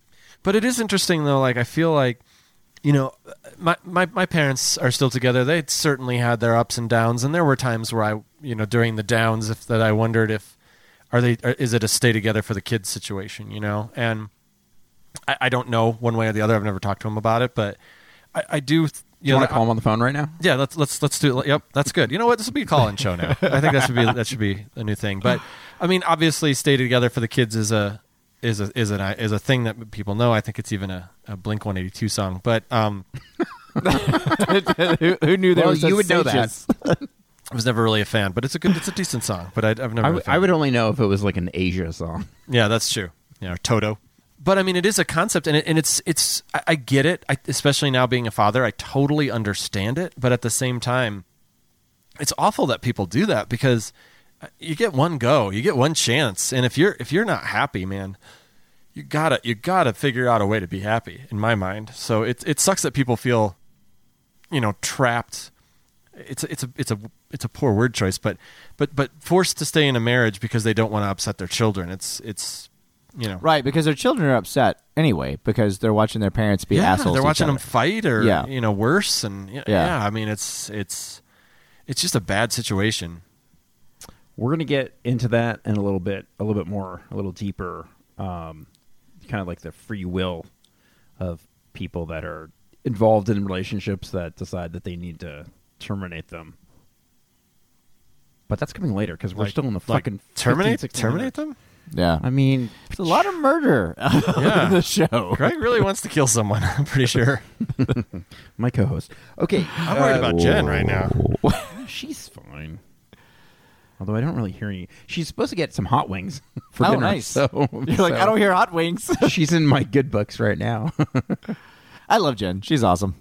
But it is interesting though. Like I feel like. You know, my, my my parents are still together. They certainly had their ups and downs, and there were times where I, you know, during the downs, if that I wondered if are they are, is it a stay together for the kids situation, you know? And I, I don't know one way or the other. I've never talked to him about it, but I, I do. th- You,
You
know,
want
I-
to call him on the phone right now?
Yeah, let's let's let's do. it. Yep, that's good. You know what? This will be a call-in show now. I think that should be that should be a new thing. But I mean, obviously, stay together for the kids is a is a is an is a thing that people know. I think it's even a, a Blink One Eighty Two song. But um,
who, who knew there
Well,
was
you
such
would know that.
stages?
I was never really a fan. But it's a good, it's a decent song. But I, I've never.
I
been
would-
a fan.
I would only know if it was like an Asia song.
Yeah, that's true. Yeah, or Toto. But I mean, it is a concept, and it, and it's it's I, I get it. I, especially now being a father, I totally understand it. But at the same time, it's awful that people do that because uh, you get one go, you get one chance, and if you're if you're not happy, man, you gotta you gotta figure out a way to be happy. In my mind, so it it sucks that people feel, you know, trapped. It's a- it's a it's a it's a poor word choice, but but but forced to stay in a marriage because they don't want to upset their children. It's it's you know
Right, because their children are upset anyway because they're watching their parents be
yeah,
assholes. to
They're
each
watching them
other.
fight, or
Yeah.
you know, worse, and yeah,
Yeah.
yeah, I mean, it's it's it's just a bad situation.
We're gonna get into that in a little bit, a little bit more, a little deeper. Um, kind of like the free will of people that are involved in relationships that decide that they need to terminate them. But that's coming later because we're still in the
Like,
fucking 15,
terminate
16 minutes.
terminate them.
Yeah,
I mean,
it's a lot of murder on the show.
Greg really wants to kill someone. I'm pretty sure.
my co-host. Okay, uh,
I'm worried about Jen right now.
She's fine. Although I don't really hear any. She's supposed to get some hot wings for
oh,
dinner.
nice.
So
You're like, I don't hear hot wings.
She's in my good books right now.
I love Jen. She's awesome.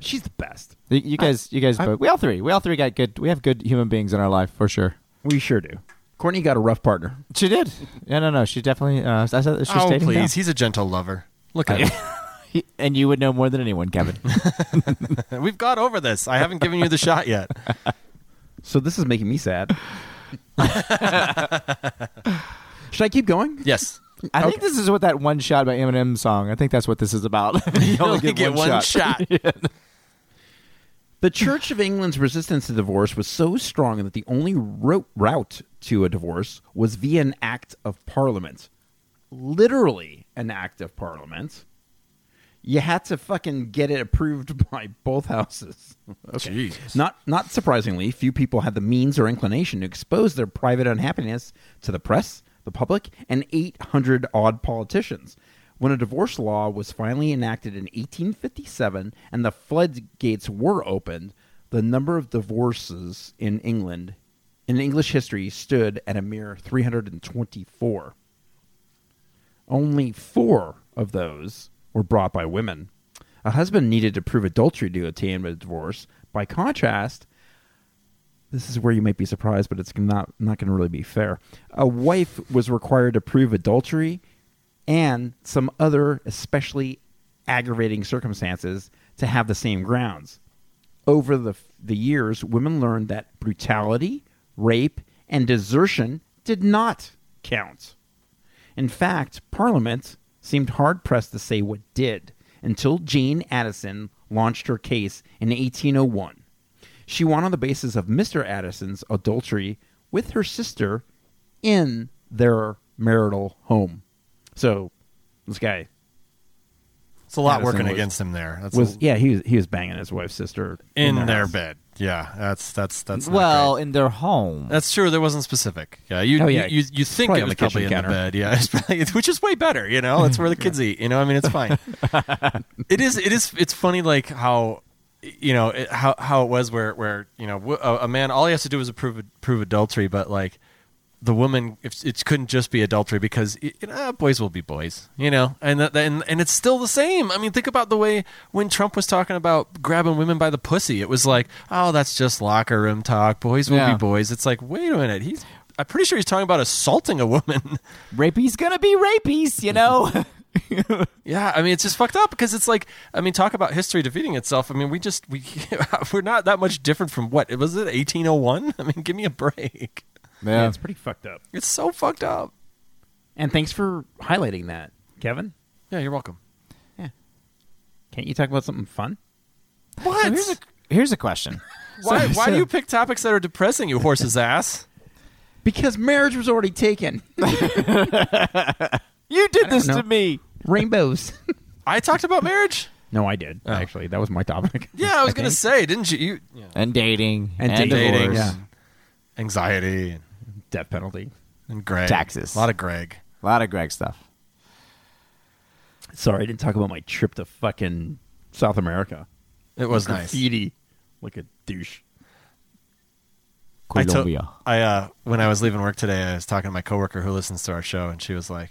She's the best.
You, you guys, you guys,
I-
both, we all three, we all three got good. We have good human beings in our life for sure.
We sure do. Courtney got a rough partner.
She did. Yeah, no, no. She definitely. Uh, I said that she's
Oh
dating
please,
now.
he's a gentle lover. Look at him.
He- and you would know more than anyone, Kevin.
We've got over this. I haven't given you the shot yet.
So this is making me sad. Should I keep going?
Yes,
I think this is what that one shot by Eminem song. I think that's what this is about. you
only get one shot.
The Church of England's resistance to divorce was so strong that the only ro- route to a divorce was via an act of parliament. Literally, an act of parliament. You had to fucking get it approved by both houses.
Jesus.
Not, not surprisingly, few people had the means or inclination to expose their private unhappiness to the press, the public, and 800 odd politicians. When a divorce law was finally enacted in 1857 and the floodgates were opened, the number of divorces in England in English history stood at a mere 324. Only four of those were brought by women. A husband needed to prove adultery to obtain a divorce. By contrast, this is where you might be surprised, but it's not, not going to really be fair. A wife was required to prove adultery and some other especially aggravating circumstances to have the same grounds. Over the, the years, women learned that brutality, rape, and desertion did not count. In fact, Parliament seemed hard pressed to say what did until Jane Addison launched her case in 1801. She won on the basis of Mr. Addison's adultery with her sister in their marital home. So, this guy
It's a lot
Madison
working
was-
against him there. That's
was
a-
yeah, he was he was banging his wife's sister
in
their
their
house.
bed. Yeah, that's that's that's not
Well,
great.
in their home.
That's true. There wasn't specific. Yeah, you
Oh, yeah.
you, you, you think
Probably
it
on
was
the kitchen
probably in
counter.
the bed. Yeah, it's probably, it's- which is way better. You know, that's where the kids eat. You know, I mean, it's fine. it is. It is. It's funny, like how you know it, how how it was where where you know w- a, a man all he has to do is prove prove adultery, but like the woman if it couldn't just be adultery because y- you know, ah, boys will be boys you know and that, and and it's still the same i mean think about the way when trump was talking about grabbing women by the pussy it was like oh that's just locker room talk boys will
Yeah.
be boys it's like wait a minute he's i'm pretty sure he's talking about assaulting a woman
Rapey's gonna be rapies, you know.
Yeah, I mean it's just fucked up because it's like I mean talk about history defeating itself. I mean we just we we're not that much different from what it was it 1801. I mean give me a break.
Yeah, it's pretty fucked up.
It's so fucked up.
And thanks for highlighting that, Kevin.
Yeah, you're welcome.
Can't you talk about something fun?
What?
here's a here's a question. So-
why why
so-
do you pick topics that are depressing? You horse's ass.
Because marriage was already taken.
You did this
know.
to me.
Rainbows.
I talked about marriage.
No, I did actually. That was my topic.
Oh. Yeah, I was gonna
think.
say, didn't you? you yeah.
And dating
And dating,
divorce.
Dating,
yeah.
anxiety, and,
death penalty.
and Greg
Taxes.
A lot of Greg.
A lot of Greg stuff.
Sorry, I didn't talk about my trip to fucking South America.
It was nice.
Graffiti, like a douche.
I to-
Colombia.
I, uh, when I was leaving work today, I was talking to my coworker who listens to our show, and she was like,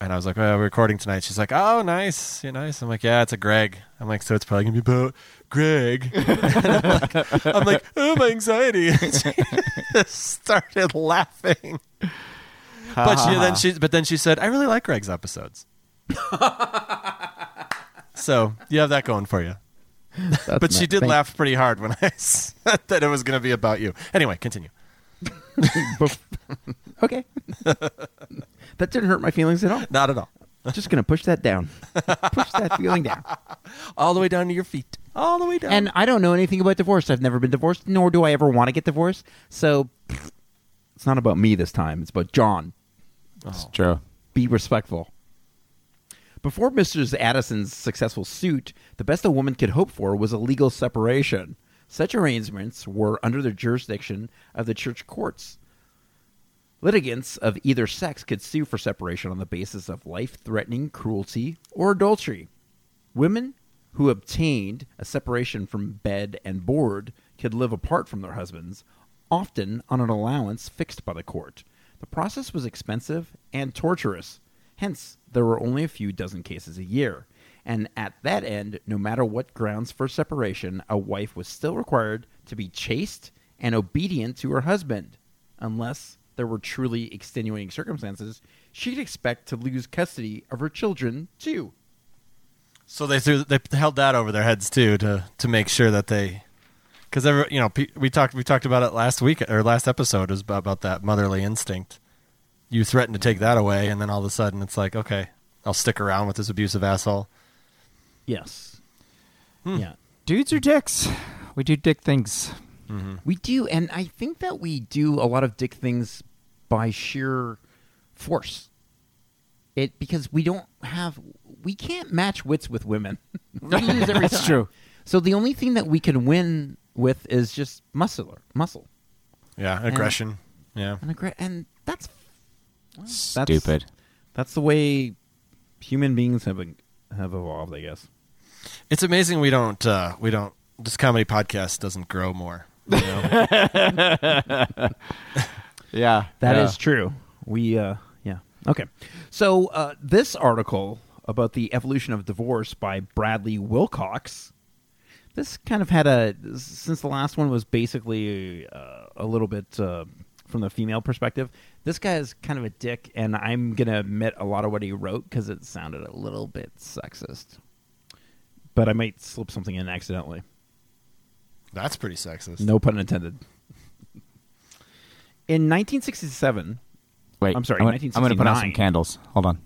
and I was like, well, we're recording tonight. She's like, oh, nice, you're nice. I'm like, yeah, it's a Greg. I'm like, so it's probably gonna be about Greg. And I'm, like, I'm like, oh, my anxiety. started laughing. but she then she but then she said, "I really like Greg's episodes." so you have that going for you. but she did laugh pretty hard when I said that it was going to be about you. Anyway, continue.
Okay. that didn't hurt my feelings at all.
Not at all.
Just gonna push that down. Push that feeling down.
All the way down to your feet. All the way down.
And I don't know anything about divorce. I've never been divorced, nor do I ever want to get divorced. So pfft, it's not about me this time. It's about John.
It's true.
Be respectful. Before Mrs. Addison's successful suit, the best a woman could hope for was a legal separation. Such arrangements were under the jurisdiction of the church courts. Litigants of either sex could sue for separation on the basis of life threatening cruelty or adultery. Women who obtained a separation from bed and board could live apart from their husbands, often on an allowance fixed by the court. The process was expensive and torturous. Hence, there were only a few dozen cases a year. And at that end, no matter what grounds for separation, a wife was still required to be chaste and obedient to her husband unless there were truly extenuating circumstances, she'd expect to lose custody of her children too.
so they threw they held that over their heads too to to make sure that they because every you know pe- we talked we talked about it last week or last episode is about, about that motherly instinct. You threaten to take that away, and then all of a sudden it's like, okay, I'll stick around with this abusive asshole.
Yes. Yeah.
Dudes are dicks. We do dick things.
We do, and I think that we do a lot of dick things by sheer force. It because we don't have we can't match wits with women. We lose every
That's
time.
true.
So the only thing that we can win with is just muscular muscle
Yeah, aggression. Yeah.
and aggra- and that's
Stupid.
That's the way human beings have have evolved, I guess.
It's amazing we don't uh, we don't this comedy podcast doesn't grow more. You know?
Yeah.
That is
yeah.
true. We uh yeah. Okay. So uh this article about the evolution of divorce by Bradley Wilcox this kind of had a since the last one was basically uh, a little bit uh, from the female perspective. This guy is kind of a dick and I'm going to admit a lot of what he wrote cuz it sounded a little bit sexist. But I might slip something in accidentally.
That's pretty sexist.
No pun intended. In 1967,
Wait.
I'm sorry,
I'm gonna, I'm gonna put out some
1969.
candles. Hold on.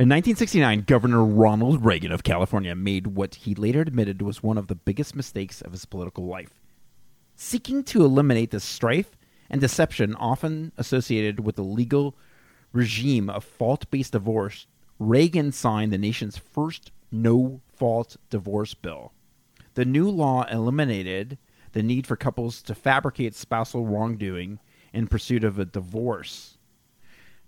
In 1969, Governor Ronald Reagan of California made what he later admitted was one of the biggest mistakes of his political life, seeking to eliminate the strife and deception often associated with the legal regime of fault-based divorce. Reagan signed the nation's first no-fault divorce bill. The new law eliminated the need for couples to fabricate spousal wrongdoing in pursuit of a divorce.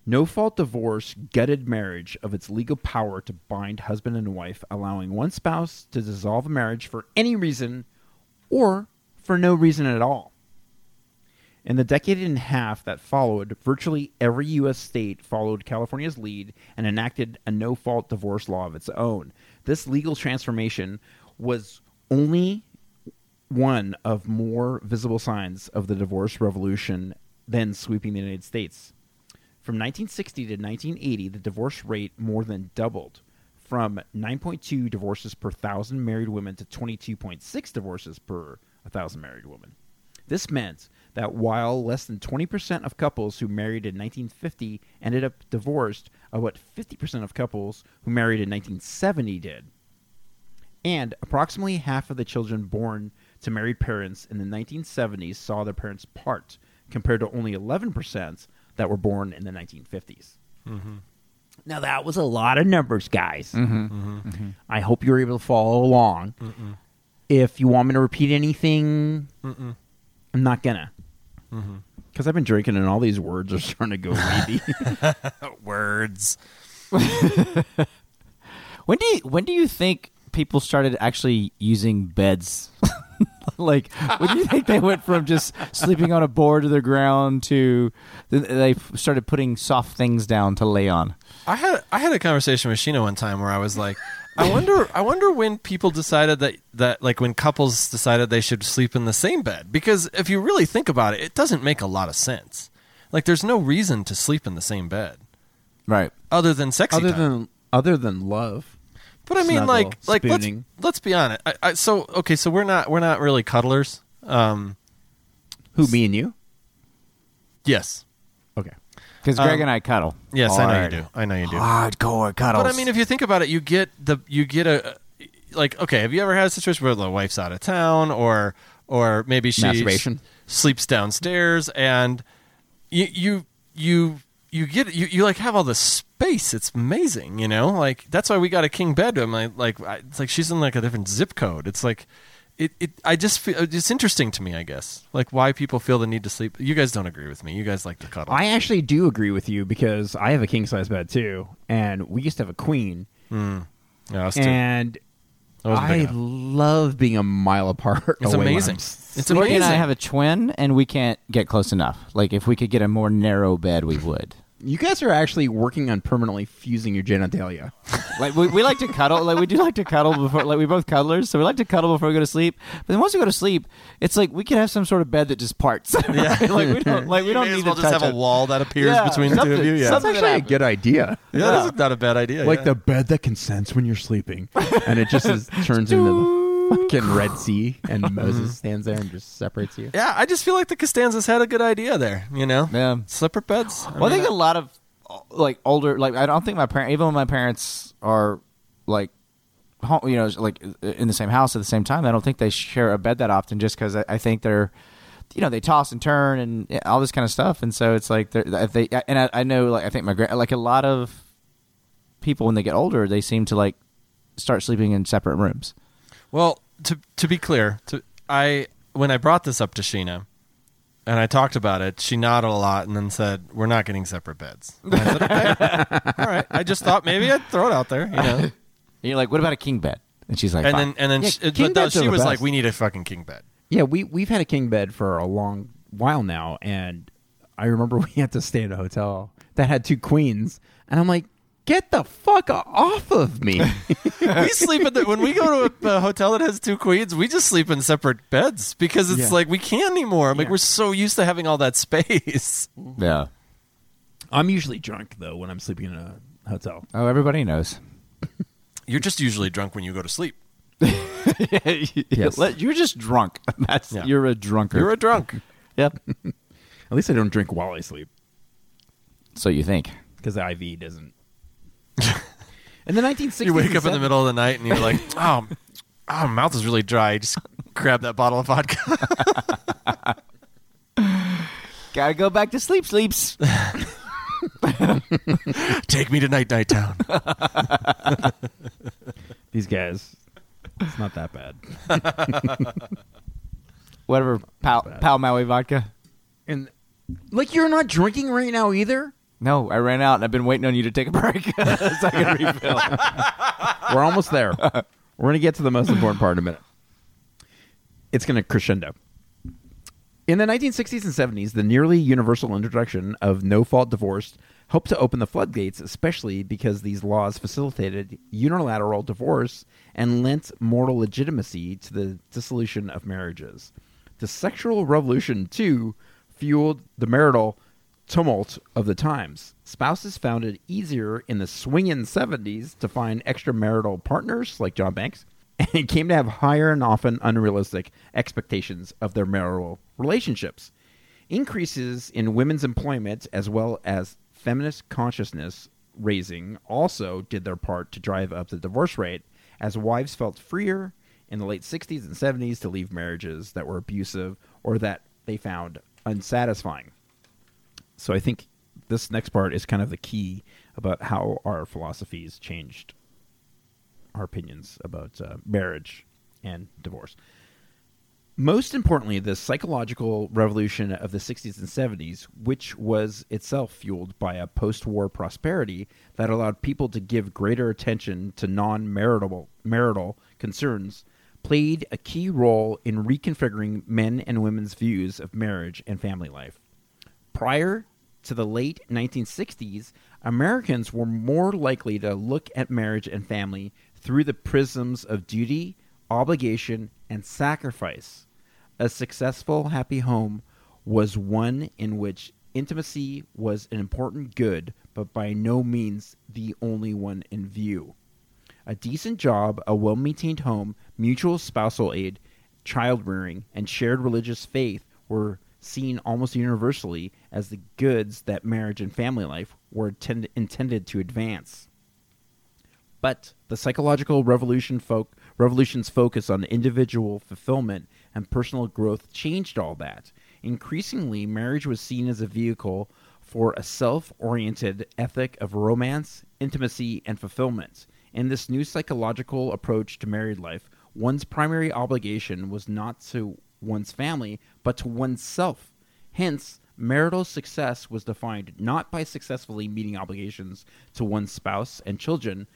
No fault divorce gutted marriage of its legal power to bind husband and wife, allowing one spouse to dissolve a marriage for any reason or for no reason at all. In the decade and a half that followed, virtually every U.S. state followed California's lead and enacted a no fault divorce law of its own. This legal transformation was only one of more visible signs of the divorce revolution then sweeping the United States. From 1960 to 1980, the divorce rate more than doubled from 9.2 divorces per 1,000 married women to 22.6 divorces per 1,000 married women. This meant that while less than 20% of couples who married in 1950 ended up divorced, about 50% of couples who married in 1970 did. And approximately half of the children born to married parents in the 1970s saw their parents part, compared to only 11% that were born in the 1950s. Mm-hmm. Now, that was a lot of numbers, guys. Mm-hmm. I hope you were able to follow along. If you want me to repeat anything, I'm not going to. Mm-hmm. Because I've been drinking and all these words are starting to go weedy.
Words.
When do you, when do you think people started actually using beds? like, would you think they went from just sleeping on a board to the ground to th- they f- started putting soft things down to lay on?
I had I had a conversation with Sheena one time where I was like, I wonder I wonder when people decided that that like when couples decided they should sleep in the same bed because if you really think about it, it doesn't make a lot of sense. Like there's no reason to sleep in the same bed
Right.
other than sexy
other
time.
than other than love.
But I mean,
Snuggle,
like, like let's
spooning.
let's be honest. I, I, so okay, so we're not we're not really cuddlers. Um,
Who me and you?
yes,
Okay.
Because Greg
Um,
and I cuddle.
yes, I know you
Hard.
do. I know you do.
Hardcore cuddles.
But I mean, if you think about it, you get the you get a like. Okay, have you ever had a situation where the wife's out of town, or or maybe she
Masturbation.
s- sleeps downstairs, and you you you you get you, you like have all this space. It's amazing, you know. Like that's why we got a king bed. I'm like, like I, it's like she's in like a different zip code. It's like. It, it I just feel it's interesting to me I guess like why people feel the need to sleep you guys don't agree with me you guys like to cuddle
I actually do agree with you because I have a king size bed too, and we used to have a queen,
yeah, us too.
and
I wasn't big
I
enough.
love being a mile apart.
it's
away when
amazing
I'm s-
it's
Lori
amazing
and I have a twin, and we can't get close enough. Like, if we could get a more narrow bed, we would.
You guys are actually working on permanently fusing your genitalia.
Like we, we like to cuddle. Like we do like to cuddle before. Like we both cuddlers, so we like to cuddle before we go to sleep. But then once we go to sleep, it's like we can have some sort of bed that just parts. Yeah. like we don't. Like we
You
don't
may
need
as well
to
just
touch
have
it.
a wall that appears
Yeah,
between the two of
something-
you. Yeah,
something-
That's actually a
happened.
good idea.
yeah, that's not a bad idea.
Like
yeah.
the bed that can sense when you're sleeping, and it just is, turns into the fucking Red Sea, and Moses stands there and just separates you.
yeah, I just feel like the Costanzas had a good idea there. You know,
Yeah.
slipper beds. I
Well, I
mean,
think a lot of like older. Like I don't think my parents, even when my parents are like. Home, you know, like in the same house at the same time. I don't think they share a bed that often, just because I, I think they're, you know, they toss and turn and yeah, all this kind of stuff. And so it's like they're if they and I, I know like I think my gra- like a lot of people when they get older, they seem to like start sleeping in separate rooms.
well, to to be clear, to, I when I brought this up to Sheena, and I talked about it, she nodded a lot and then said, "We're not getting separate beds." And I said, "Okay, all right." I just thought maybe I'd throw it out there, you know.
And you're like, what about a king bed? And she's like,
And
"Fine."
then and then
Yeah,
she,
king
but though
beds are
she
the
was
best.
like, "We need a fucking king bed."
Yeah, we we've had a king bed for a long while now, and I remember we had to stay in a hotel that had two queens, and I'm like, get the fuck off of me.
we sleep in the, when we go to a, a hotel that has two queens we just sleep in separate beds because it's
Yeah.
like we can't anymore I'm like we're so used to having all that space
yeah.
I'm usually drunk though when I'm sleeping in a hotel.
Oh, everybody knows.
you're just usually drunk when you go to sleep
Yes.
You're just drunk. That's
Yeah.
you're a drunkard.
you're a drunk
yep.
At least I don't drink while I sleep
so you think.
because the IV doesn't. In the 1960s,
you wake up in the
and
middle of the night and you're like oh, oh my mouth is really dry just grab that bottle of vodka
Gotta go back to sleep, sleeps.
take me to night night town
70s, These guys, it's not that bad.
Whatever. Pal, Pal Maui vodka.
And like you're not drinking right now either.
No, I ran out and I've been waiting on you to take a break so I can refill.
We're almost there. We're going to get to the most important part in a minute. It's going to crescendo. In the 1960s and 70s, the nearly universal introduction of no fault divorce helped to open the floodgates, especially because these laws facilitated unilateral divorce and lent moral legitimacy to the dissolution of marriages. The sexual revolution, too, fueled the marital tumult of the times. Spouses found it easier in the swingin' 70s to find extramarital partners like John Banks and came to have higher and often unrealistic expectations of their marital relationships. Increases in women's employment as well as feminist consciousness raising also did their part to drive up the divorce rate as wives felt freer in the late 60s and 70s to leave marriages that were abusive or that they found unsatisfying. So I think this next part is kind of the key about how our philosophies changed our opinions about uh, marriage and divorce. Most importantly, the psychological revolution of the 60s and 70s, which was itself fueled by a post war prosperity that allowed people to give greater attention to non marital marital concerns, played a key role in reconfiguring men and women's views of marriage and family life. Prior to the late 1960s, Americans were more likely to look at marriage and family through the prisms of duty, obligation, and sacrifice. A successful, happy home was one in which intimacy was an important good, but by no means the only one in view a decent job, a well maintained home, mutual spousal aid, child rearing, and shared religious faith were seen almost universally as the goods that marriage and family life were tend- intended to advance. But the psychological revolution folk revolution's focus on individual fulfillment and personal growth changed all that. Increasingly, marriage was seen as a vehicle for a self-oriented ethic of romance, intimacy, and fulfillment. In this new psychological approach to married life, one's primary obligation was not to one's family, but to oneself. Hence, marital success was defined not by successfully meeting obligations to one's spouse and children,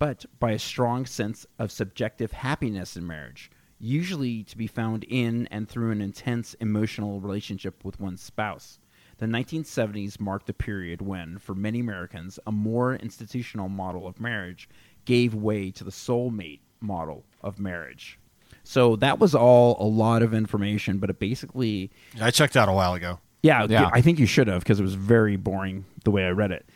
but by a strong sense of subjective happiness in marriage, usually to be found in and through an intense emotional relationship with one's spouse. The 1970s marked a period when, for many Americans, a more institutional model of marriage gave way to the soulmate model of marriage. So that was all a lot of information, but it basically
I checked out a while ago.
yeah,
Yeah.
I think you should have because it was very boring the way I read it.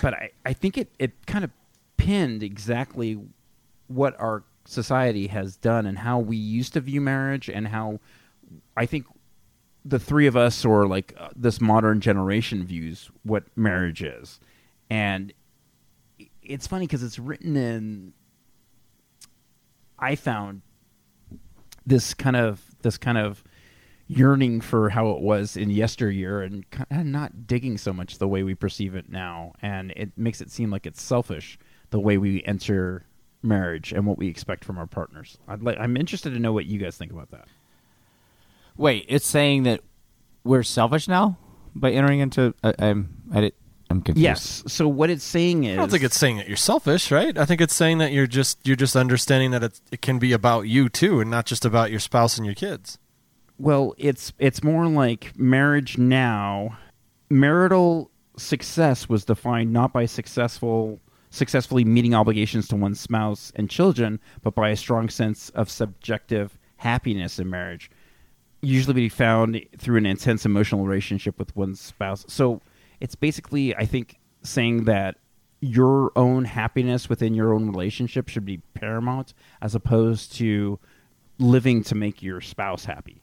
But I, I think it, it kind of pinned exactly what our society has done and how we used to view marriage and how I think the three of us or like uh, this modern generation views what marriage is. And i- it's funny because it's written in, I found this kind of this kind of yearning for how it was in yesteryear and kind of not digging so much the way we perceive it now and it makes it seem like it's selfish the way we enter marriage and what we expect from our partners I'd like, i'm interested to know what you guys think about that
Wait, it's saying that we're selfish now by entering into. I, I'm. I did, I'm confused.
yes so what it's saying is
I don't think it's saying that you're selfish, right? I think it's saying that you're just you're just understanding that it, it can be about you too, and not just about your spouse and your kids.
Well, it's it's more like marriage now. Marital success was defined not by successful successfully meeting obligations to one's spouse and children, but by a strong sense of subjective happiness in marriage, usually be found through an intense emotional relationship with one's spouse. So, it's basically I think saying that your own happiness within your own relationship should be paramount as opposed to living to make your spouse happy.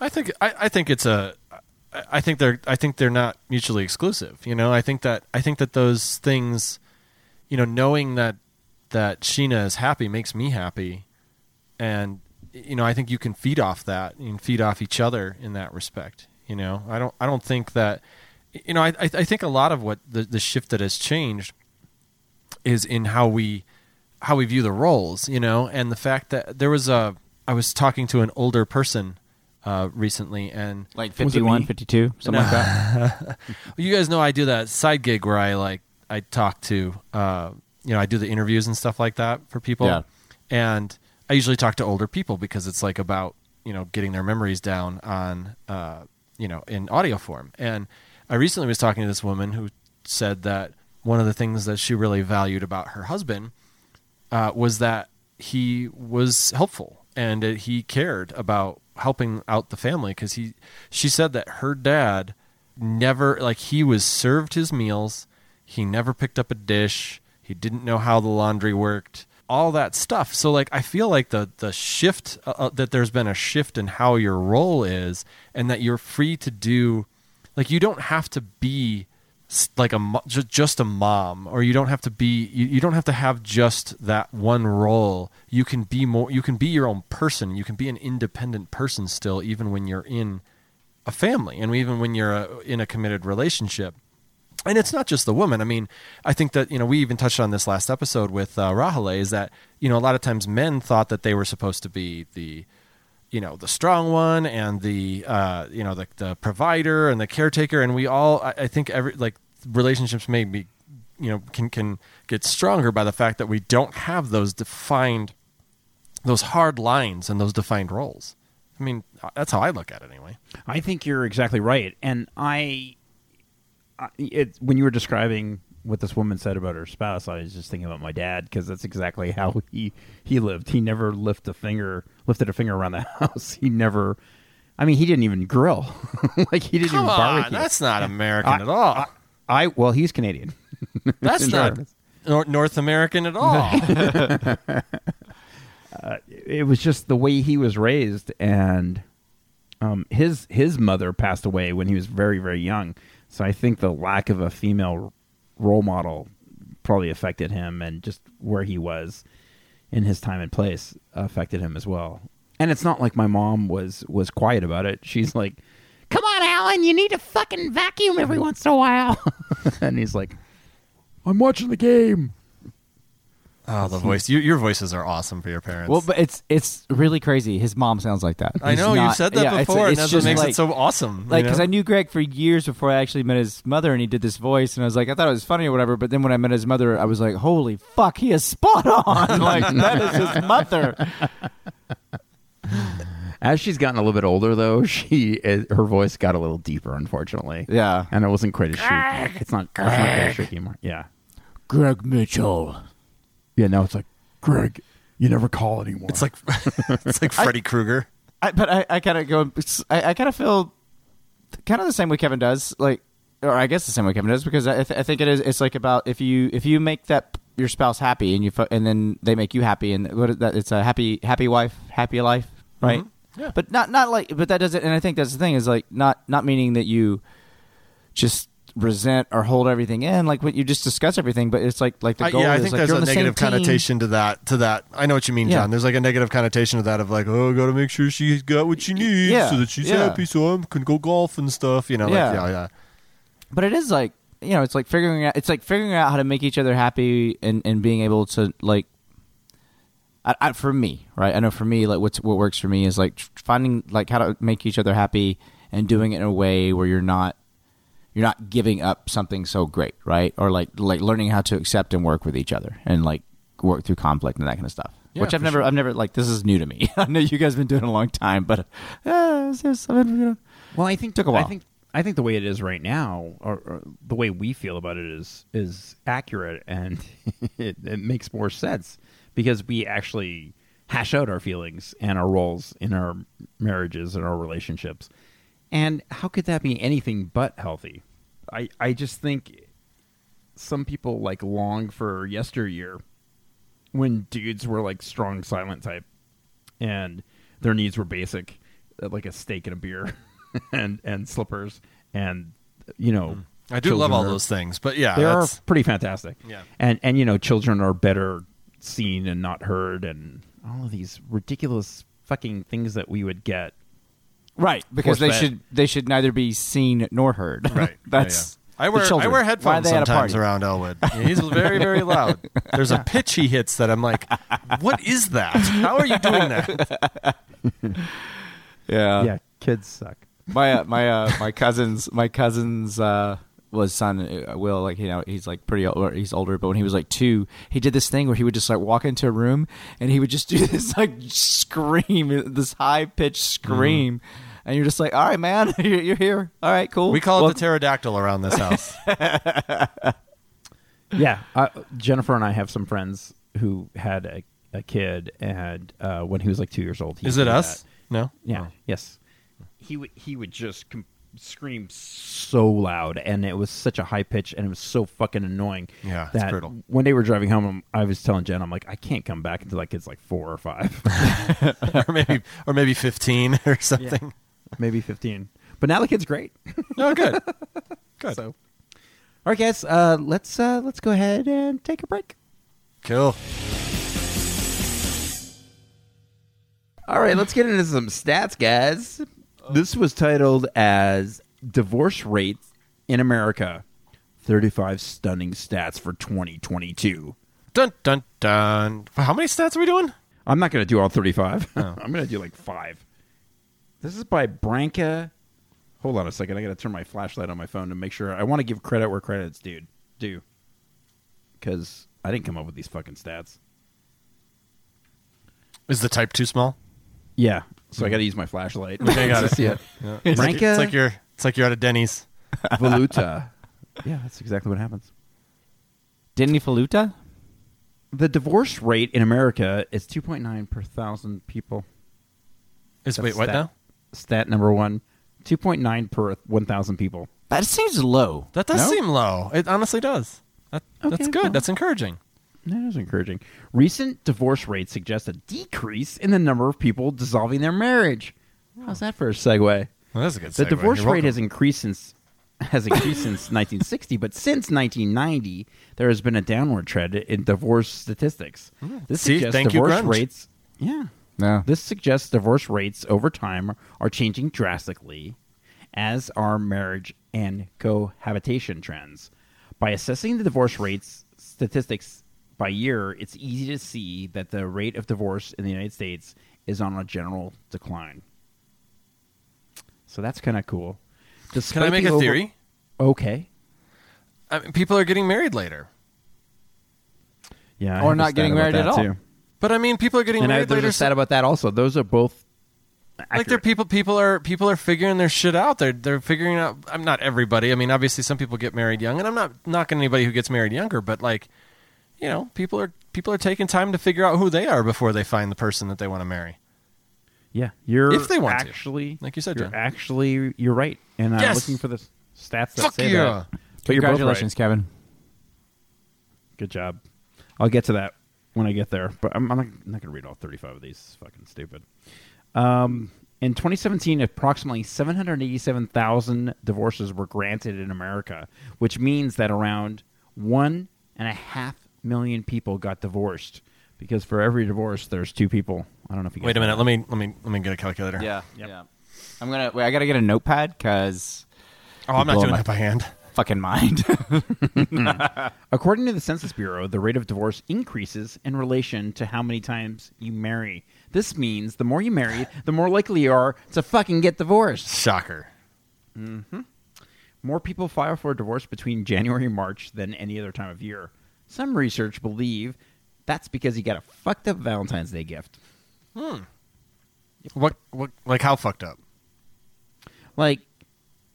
I think I, I think it's a I I think they're I think they're not mutually exclusive. You know, I think that I think that those things, you know, knowing that that Sheena is happy makes me happy, and you know, I think you can feed off that and feed off each other in that respect. You know, I don't I don't think that you know I I, I think a lot of what the the shift that has changed is in how we how we view the roles, you know, and the fact that there was a I was talking to an older person uh, recently, and
Like
Was it
51,
me?
52, something like that.
you guys know I do that side gig where I like I talk to uh, you know I do the interviews and stuff like that for people,
Yeah.
and I usually talk to older people because it's like about you know getting their memories down on uh, you know in audio form. And I recently was talking to this woman who said that one of the things that she really valued about her husband uh, was that he was helpful and that he cared about helping out the family because he she said that her dad never like he was served his meals he never picked up a dish he didn't know how the laundry worked all that stuff so like i feel like the the shift uh, uh, that there's been a shift in how your role is and that you're free to do like you don't have to be s- like a mo- ju- just a mom or you don't have to be you, you don't have to have just that one role you can be more you can be your own person you can be an independent person still even when you're in a family and even when you're uh in a committed relationship and it's not just the woman. I mean, I think that you know we even touched on this last episode with uh, Rahale is that you know a lot of times men thought that they were supposed to be the you know the strong one and the uh, you know the the provider and the caretaker, and we all I, I think every like relationships may be you know can can get stronger by the fact that we don't have those defined those hard lines and those defined roles. I mean, uh, that's how I look at it anyway.
I think you're exactly right, and I, I it, when you were describing what this woman said about her spouse, I was just thinking about my dad because that's exactly how he he lived. He never lifted a finger lifted a finger around the house. He never, I mean, he didn't even grill. like he didn't
Come
even
on,
barbecue.
that's not American
I-
at all.
I well, he's Canadian.
that's not Nor- North American at all.
it was just the way he was raised and um, his his mother passed away when he was very very young so i think the lack of a female role model probably affected him and just where he was in his time and place affected him as well and it's not like my mom was was quiet about it she's like come on alan you need to fucking vacuum every once in a while and he's like i'm watching the game
oh, the voice. You, your voices are awesome for your parents.
Well, but it's it's really crazy. His mom sounds like that.
I
It's
know you
not-
said that
yeah, it's- it's
before, and that's what
just
makes
like-
it so awesome.
Like,
you
because
know?
I knew Greg for years before I actually met his mother, and he did this voice, and I was like, I thought it was funny or whatever. But then when I met his mother, I was like, holy fuck, he is spot on. like that is his mother.
As she's gotten a little bit older, though, she is, her voice got a little deeper, unfortunately.
Yeah.
and it wasn't quite as shriek. It's not, it's not quite as shriek anymore. Yeah,
Greg Mitchell.
yeah. Now it's like
Greg, you never call anymore.
it's like it's like Freddy Krueger.
I, but I, I kind of go. I, I kind of feel kind of the same way Kevin does. Like, or I guess the same way Kevin does because I, th- I think it is. It's like about if you if you make that your spouse happy and you fo- and then they make you happy and what is that it's a happy happy wife happy life right.
Yeah.
But not not like but that doesn't. And I think that's the thing is like not not meaning that you just resent or hold everything in like what you just discuss everything but it's like like the
I,
goal
yeah, I
is
think
like
there's
you're
a
on the same
negative
team.
connotation to that. To that, I know what you mean,
Yeah.
John. There's like a negative connotation to that of like, oh, got to make sure she's got what she needs
Yeah,
so that she's
yeah.
happy, so I can go golf and stuff. You know,
Yeah.
like yeah, yeah.
but it is like you know it's like figuring out it's like figuring out how to make each other happy and and being able to like I, I, for me right i know for me like what's what works for me is like tr- finding like how to make each other happy and doing it in a way where you're not you're not giving up something so great right or like like learning how to accept and work with each other and like work through conflict and that kind of stuff
Yeah,
which i've
for
never i've never like this is new to me i know you guys have been doing it a long time but uh, it's just- I've been, you know.
Well, I think
Took a while.
I think I think the way it is right now, or, or the way we feel about it, is is accurate, and it, it makes more sense because we actually hash out our feelings and our roles in our marriages and our relationships. And how could that be anything but healthy? I I just think some people like long for yesteryear when dudes were like strong silent type and their needs were basic uh, like a steak and a beer and and slippers and you know
Mm-hmm. I do love
children
all
are-
those things, but yeah,
they are
that's-
pretty fantastic
Yeah.
and and you know children are better seen and not heard and all of these ridiculous fucking things that we would get
Right, because they
Force-fed.
should they should neither be seen nor heard.
Right.
That's
Yeah, yeah. I wear
the children.
I
Why
wear
are
headphones
they at a
sometimes
party?
around Elwood. He's very very loud. There's a pitch he hits that I'm like, what is that? How are you doing that?
Yeah.
yeah kids suck
My uh, my uh, my cousins my cousins uh was son uh, Will like you know he's like pretty old, or he's older but when he was like 2 he did this thing where he would just like walk into a room and he would just do this like scream this high pitched scream and you're just like all right man you're, you're here all right cool
Mm-hmm. We call it
Welcome-
the pterodactyl around this house.
yeah, uh, Jennifer and I have some friends who had a, a kid, and uh, when he was like two years old, he
Is
did
it us?
that.
No.
Yeah, yes. He would he would just com- scream so loud, and it was such a high pitch, and it was so fucking annoying.
Yeah, it's
that
brutal.
One day we're driving home, I'm- I was telling Jen, I'm like, I can't come back until that kid's like four or five,
or maybe or maybe 15 or something.
maybe fifteen. But now the kid's great.
No, Oh, good. Good.
so, all right, guys, uh, let's uh, let's go ahead and take a break.
Cool.
All right, let's get into some stats, guys. This was titled as Divorce Rates in America 35 Stunning Stats for 2022.
Dun dun dun. How many stats are we doing?
I'm not going to do all 35. I'm going to do like five. This is by Branca. Hold on a second. I got to turn my flashlight on my phone to make sure. I want to give credit where credit's due. Due. Because I didn't come up with these fucking stats.
Is the type too small?
Yeah. So I got to use my flashlight.
I got
to
it.
see it.
Yeah. It's, like,
Branca-
it's like you're it's like you're out of Denny's.
Voluta. Yeah, that's exactly what happens.
Denny Faluta?
The divorce rate in America is 2.9 per thousand people.
Is
That's
wait what
stat,
now?
Stat number one 2.9 per 1,000 people.
That seems low.
That does
No?
seem low. It honestly does. That, that's
Okay,
good.
well.
That's encouraging.
That is encouraging. Recent divorce rates suggest a decrease in the number of people dissolving their marriage. How's that for a segue?
Well, that's a good.
The
segue.
divorce
You're
rate
welcome.
has increased since has increased since 1960, but since 1990, there has been a downward trend in divorce statistics. This
Hmm. See,
suggests
thank you,
divorce
grunge.
rates. Yeah.
No.
This suggests divorce rates over time are changing drastically, as are marriage and cohabitation trends. By assessing the divorce rates statistics by year, it's easy to see that the rate of divorce in the United States is on a general decline. So that's kind of cool.
Can I
Despite
make
the
a
over-
theory?
Okay.
I mean, people are getting married later.
Yeah. I
Or
have a
not
stat
getting
about
married
that,
at all.
too.
But I mean, people are getting
And I,
married
there's
later.
a stat about that also. Those are both.
like they're
accurate.
people people are people are figuring their shit out they're they're figuring out i'm not everybody i mean obviously some people get married young and i'm not knocking anybody who gets married younger but like you know people are people are taking time to figure out who they are before they find the person that they want to marry
Yeah, you're
If they want to.
actually,
Like you said,
you're
John.
actually you're right, and I'm
Yes!
looking for the s- stats that
Fuck
say
yeah.
that. But you're both
Congratulations, Kevin.
right. Good job. I'll get to that when I get there, but I'm, I'm not, I'm not going to read all 35 of these. It's fucking stupid. Um, in 2017, approximately 787,000 divorces were granted in America, which means that around one and a half million people got divorced. Because for every divorce, there's two people. I don't know if you guys
wait
know
a minute
that.
let me let me let me get a calculator
Yeah. Yeah. I'm gonna wait, I gotta get a notepad because
oh i'm not
Blow
doing
my-
that by hand
fucking mind.
According to the Census Bureau, the rate of divorce increases in relation to how many times you marry. This means the more you marry, the more likely you are to fucking get divorced.
shocker
More people file for divorce between January and March than any other time of year. Some research believe that's because you got a fucked up Valentine's Day gift.
what what like how fucked up
Like,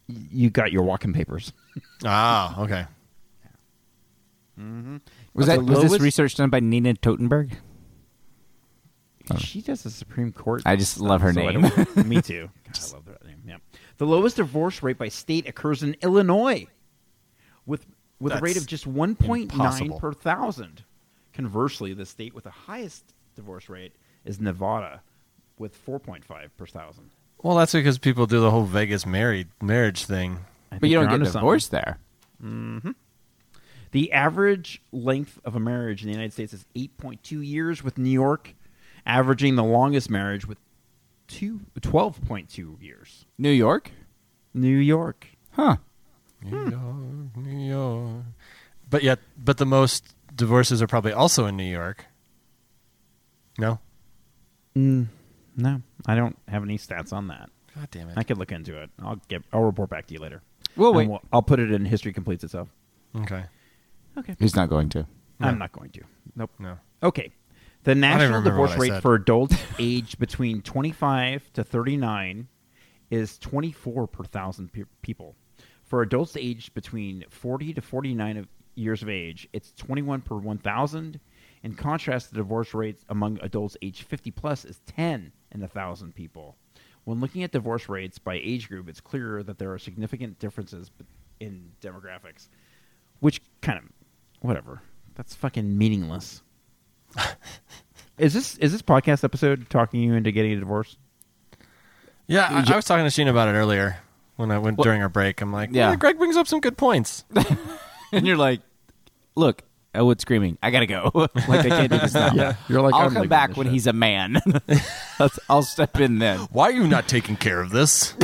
y- you got your walking papers.
ah okay
was
The
that was this
lowest-
research done by Nina Totenberg?
She does the Supreme Court.
I just love her
so I
name.
don't- me too. God, I love that name. Yeah. The lowest divorce rate by state occurs in Illinois, with with a rate
That's
of just one point nine
impossible.
per thousand. Conversely, the state with the highest divorce rate is Nevada, with four point five per thousand.
well that's because people do the whole vegas married marriage thing
I
but
think
you
you're
don't
onto
get
something.
divorced there.
The average length of a marriage in the United States is 8.2 years, with New York averaging the longest marriage with two, 12.2 years.
New York?
New York.
Huh.
New York. But yet, but the most divorces are probably also in New York. No.
No, I don't have any stats on that.
God damn it.
I could look into it. I'll get. I'll report back to you later.
We'll
And
wait.
I'll put it in history completes itself.
okay.
Okay.
He's not going to.
I'm not going to. Nope.
No.
Okay. The national
remember
divorce
what I
rate
said.
for adults aged between 25 to 39 is 24 per thousand pe- people. For adults aged between 40 to 49 of years of age, it's 21 per 1,000. In contrast, the divorce rates among adults aged 50 plus is 10 in 1,000 people. When looking at divorce rates by age group, it's clear that there are significant differences b- in demographics, which kind of, whatever. That's fucking meaningless. Is this is this podcast episode talking you into getting a divorce?
Yeah, I, I was talking to Sheen about it earlier when I went during our break. I'm like, yeah.
Yeah.
Greg brings up some good points.
And you're like, look, Elwood's screaming. I gotta go. like I can't do this now.
You're like,
I'll
I'm
come
leaving
back
this
when
shit.
he's a man. Let's- I'll step in then.
Why are you not taking care of this?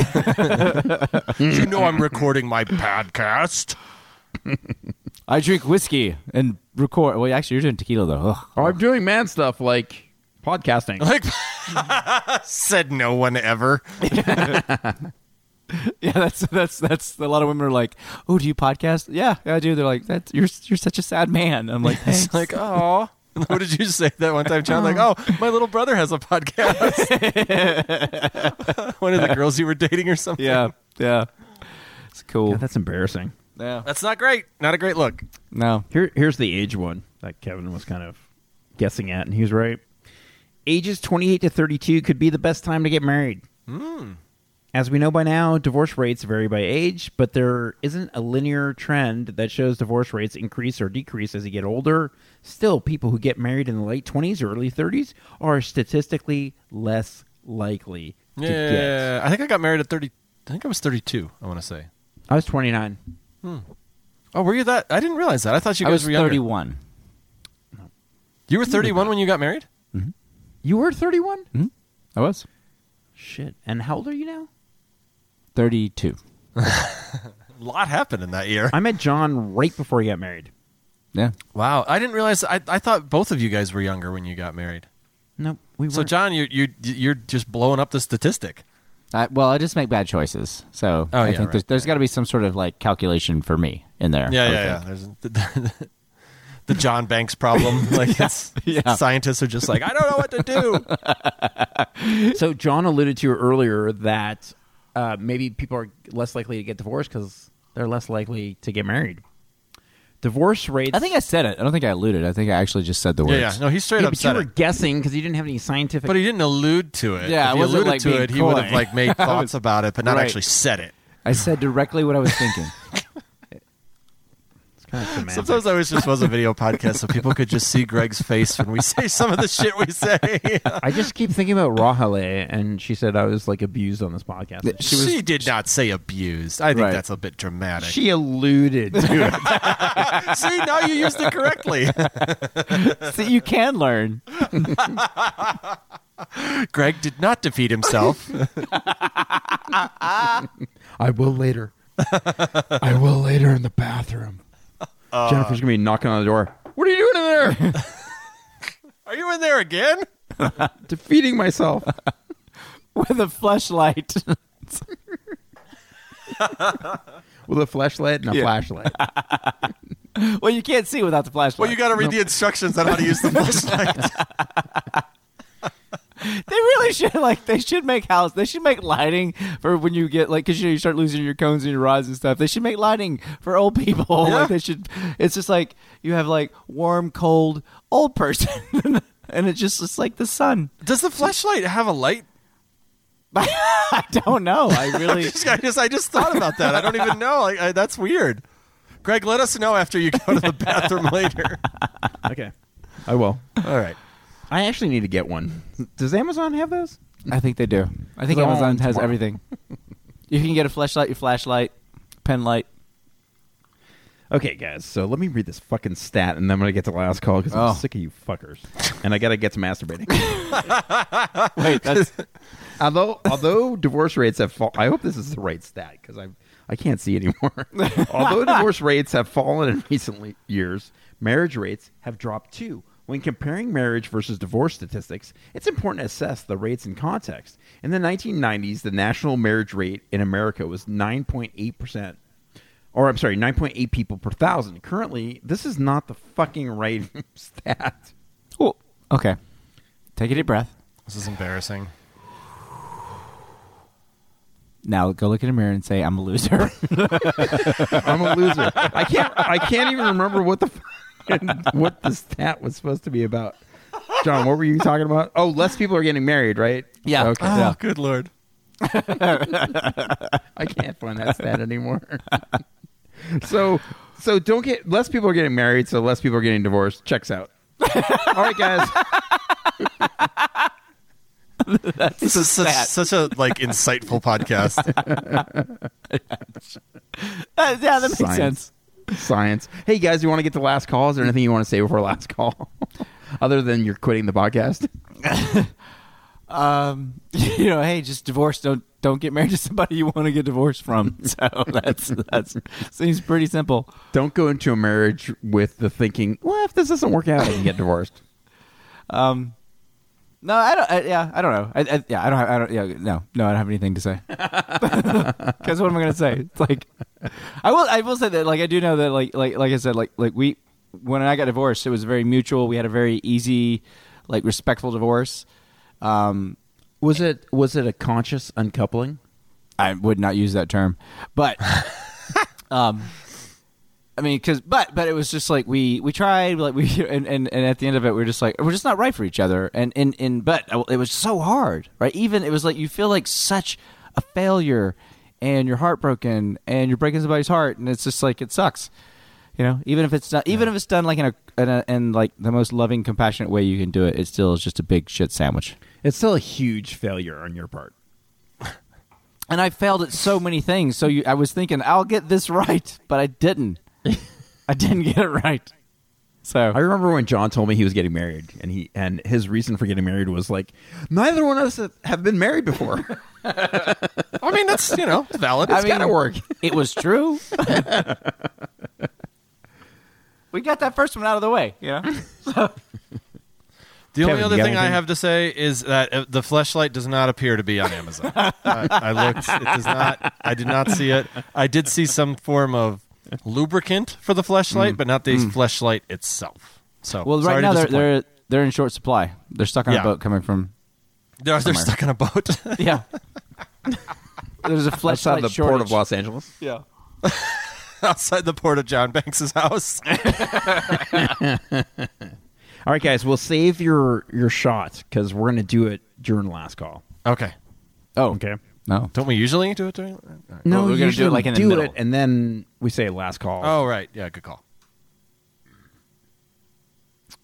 you know I'm recording my podcast.
I drink whiskey and record. Well, actually, you're doing tequila though. Ugh.
Oh, I'm doing man stuff like podcasting.
Like said no one ever.
Yeah, that's that's that's a lot of women are like, "Oh, do you podcast?" Yeah, yeah, I do. They're like, "That's you're you're such a sad man." I'm like,
It's like, oh, what did you say that one time, John? Like, oh, my little brother has a podcast. one of the girls you were dating or something.
Yeah, yeah. It's cool.
God, that's embarrassing.
yeah.
That's not great. Not a great look.
No.
Here, here's the age one that Kevin was kind of guessing at, and he was right. Ages 28 to 32 could be the best time to get married. As we know by now, divorce rates vary by age, but there isn't a linear trend that shows divorce rates increase or decrease as you get older. Still, people who get married in the late 20s or early 30s are statistically less likely to get.
Yeah, I think I got married at thirty. I think I was thirty-two. I want to say.
I was 29.
Oh, were you that? I didn't realize that. I thought you
I
guys
was
were younger.
31.
You were thirty-one when you got married.
You were 31?
I was
Shit. And how old are you now?
32.
A lot happened in that year.
I met John right before he got married.
Yeah.
Wow, I didn't realize. I, I thought both of you guys were younger when you got married.
No, we were
So, John, you you you're just blowing up the statistic.
I, well, I just make bad choices, so
Oh,
I
yeah,
think
right,
there's, there's got to be some sort of like calculation for me in there. I
Yeah,
would
yeah, yeah.
think.
There's the, the John Banks problem. Like, it's,
Yeah.
scientists are just like, I don't know what to do.
So John alluded to earlier that uh, maybe people are less likely to get divorced because they're less likely to get married. Divorce rates.
I think I said it. I don't think I alluded. I think I actually just said the
yeah,
words.
yeah. No, he straight
Yeah,
up
but you
said
were
it.
guessing because you didn't have any scientific.
But he didn't allude to it.
Yeah, I
if he
wasn't,
alluded
like,
to
being
it. He would have
coy.
like made thoughts about it, but not
Right.
actually said it.
I said directly what I was thinking.
Sometimes I wish this was a video podcast so people could just see Greg's face when we say some of the shit we say.
I just keep thinking about Rahale, and she said I was like abused on this podcast.
She was-
she did not say abused. I think
Right.
that's a bit dramatic.
She alluded to it.
see, now you used it correctly.
so you can learn.
Greg did not defeat himself.
I will later. I will later in the bathroom.
Uh,
Jennifer's gonna be knocking on the door. What are you doing in there?
Are you in there again?
Defeating myself.
with a flashlight.
With a flashlight and a
Yeah.
flashlight.
well, you can't see without the flashlight.
Well, you got to read the instructions on how to use the flashlight.
they really should like they should make house. They should make lighting for when you get like because you know you start losing your cones and your rods and stuff. They should make lighting for old people.
Yeah.
Like they should. It's just like you have like warm, cold old person, and it's just it's like the sun.
Does the flashlight have a light?
I don't know. I really.
Just- I just, I just thought about that. I don't even know. Like, I, that's weird. Greg, let us know after you go to the bathroom later.
okay, I will.
All right.
I actually need to get one. Does Amazon have those?
I think they do. I think
They're all
Amazon
on
has
tomorrow.
everything. You can get a flashlight, your flashlight, pen light.
Okay, guys. So let me read this fucking stat, and then I'm gonna get to the last call because
Oh.
I'm sick of you fuckers, and I gotta get to masturbating.
Wait, that's
although, although divorce rates have fallen, I hope this is the right stat because I I can't see anymore. although divorce rates have fallen in recent years, marriage rates have dropped too. When comparing marriage versus divorce statistics, it's important to assess the rates in context. In the 1990s, the national marriage rate in America was 9.8 percent or I'm sorry, 9.8 people per thousand. Currently, this is not the fucking right stat.
cool. Okay, take a deep breath.
This is embarrassing.
Now go look in a mirror and say, "I'm a loser."
I'm a loser. I can't. I can't even remember what the fucking- what the stat was supposed to be about. John, what were you talking about? Oh, less people are getting married, right?
Yeah. Ah.
Okay.
Oh,
Yeah.
good lord.
I can't find that stat anymore. so, so don't get less people are getting married, so less people are getting divorced. Checks out. All right, guys.
This is such,
stat.
such a like insightful podcast.
That- yeah, that makes
Science.
sense.
Science. Hey guys, you want to get to last call? Is there anything you want to say before last call? Other than you're quitting the podcast?
Um, you know, hey, just divorce. Don't don't get married to somebody you want to get divorced from. So that's that's seems pretty simple.
Don't go into a marriage with the thinking, well, if this doesn't work out, I can get divorced.
Um, no, I don't. I, yeah, I don't know. I, I, yeah, I don't. Have, I don't. Yeah, no, no, I don't have anything to say. Because what am I going to say? It's like I will. I will say that. Like I do know that. Like like like I said. Like like we when I got divorced, it was very mutual. We had a very easy, like respectful divorce. Um,
Was it was it a conscious uncoupling?
I would not use that term, but um, I mean, because but but it was just like we we tried like we and, and and at the end of it we are just like we're just not right for each other and and and but it was so hard right even it was like you feel like such a failure and you're heartbroken and you're breaking somebody's heart and it's just like it sucks you know even if it's not even if it's done like in a in, a, in like the most loving compassionate way you can do it it still is just a big shit sandwich
It's still a huge failure on your part.
and I failed at so many things. So you, I was thinking I'll get this right, but I didn't. I didn't get it right. So
I remember when John told me he was getting married, and he and his reason for getting married was like, neither one of us have been married before.
I mean, that's you know valid.
I
It's gotta
mean,
work.
It was true. we got that first one out of the way. Yeah.
The only
Kevin,
other
you got
thing I
anything?
have to say is that uh, the flashlight does not appear to be on Amazon. I, I looked; it does not. I did not see it. I did see some form of lubricant for the flashlight, but not the flashlight itself. So,
Well, right
sorry to
now they're,
disappoint.
they're they're in short supply. They're stuck on
Yeah.
a boat coming from.
They're- they're
somewhere.
stuck in a boat.
Yeah. There's a flashlight
Outside the
shortage.
port of Los Angeles.
yeah, outside the port of John Banks's house.
All right, guys, we'll save your your shots because we're gonna do it during last call.
okay,
Oh,
Okay.
no.
don't we usually do it during? all right.
Well, we're gonna do it,
usually
like,
we
in the
do
middle.
it and then we say last call.
Oh, right. Yeah, good call.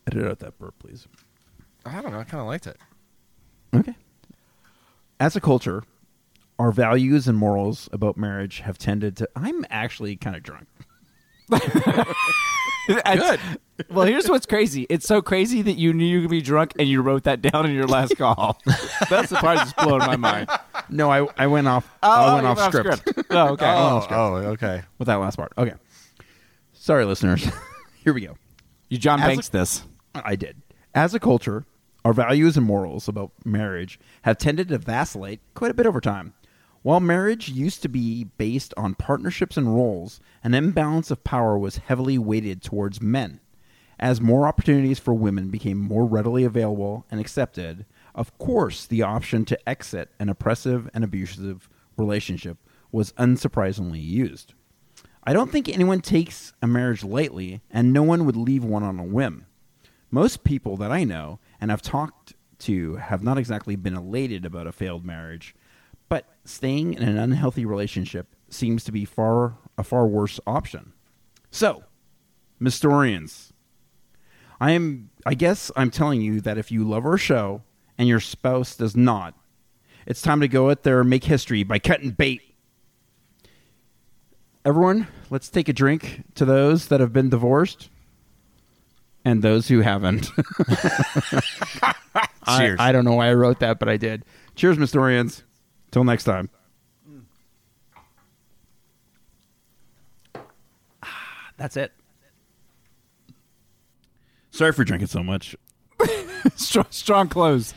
edit out that burp, please.
I don't know. I kind of liked it.
Okay. As a culture, our values and morals about marriage have tended to. I'm actually kind of drunk.
Good. well, here's what's crazy. It's so crazy that you knew you could be drunk and you wrote that down in your last call. that's the part that's blowing my mind.
No, I, I went off.
oh,
I went
you
off
went off
script,
Oh, okay.
Uh,
Oh, oh, okay.
with that last part. Okay. Sorry, listeners. Here we go.
You John
As a-
Banks this.
I did. As a culture, our values and morals about marriage have tended to vacillate quite a bit over time. While marriage used to be based on partnerships and roles, an imbalance of power was heavily weighted towards men. As more opportunities for women became more readily available and accepted, of course, the option to exit an oppressive and abusive relationship was unsurprisingly used. I don't think anyone takes a marriage lightly, and no one would leave one on a whim. Most people that I know and have talked to have not exactly been elated about a failed marriage, but staying in an unhealthy relationship seems to be far a far worse option. So, Mistorians, I am I guess I'm telling you that if you love our show and your spouse does not, it's time to go out there and make history by cutting bait. Everyone, let's take a drink to those that have been divorced and those who haven't. I,
Cheers.
I don't know why I wrote that, but I did. Cheers, Mistorians. Till next time. Ah, That's it. Sorry for drinking so much.
strong, strong close.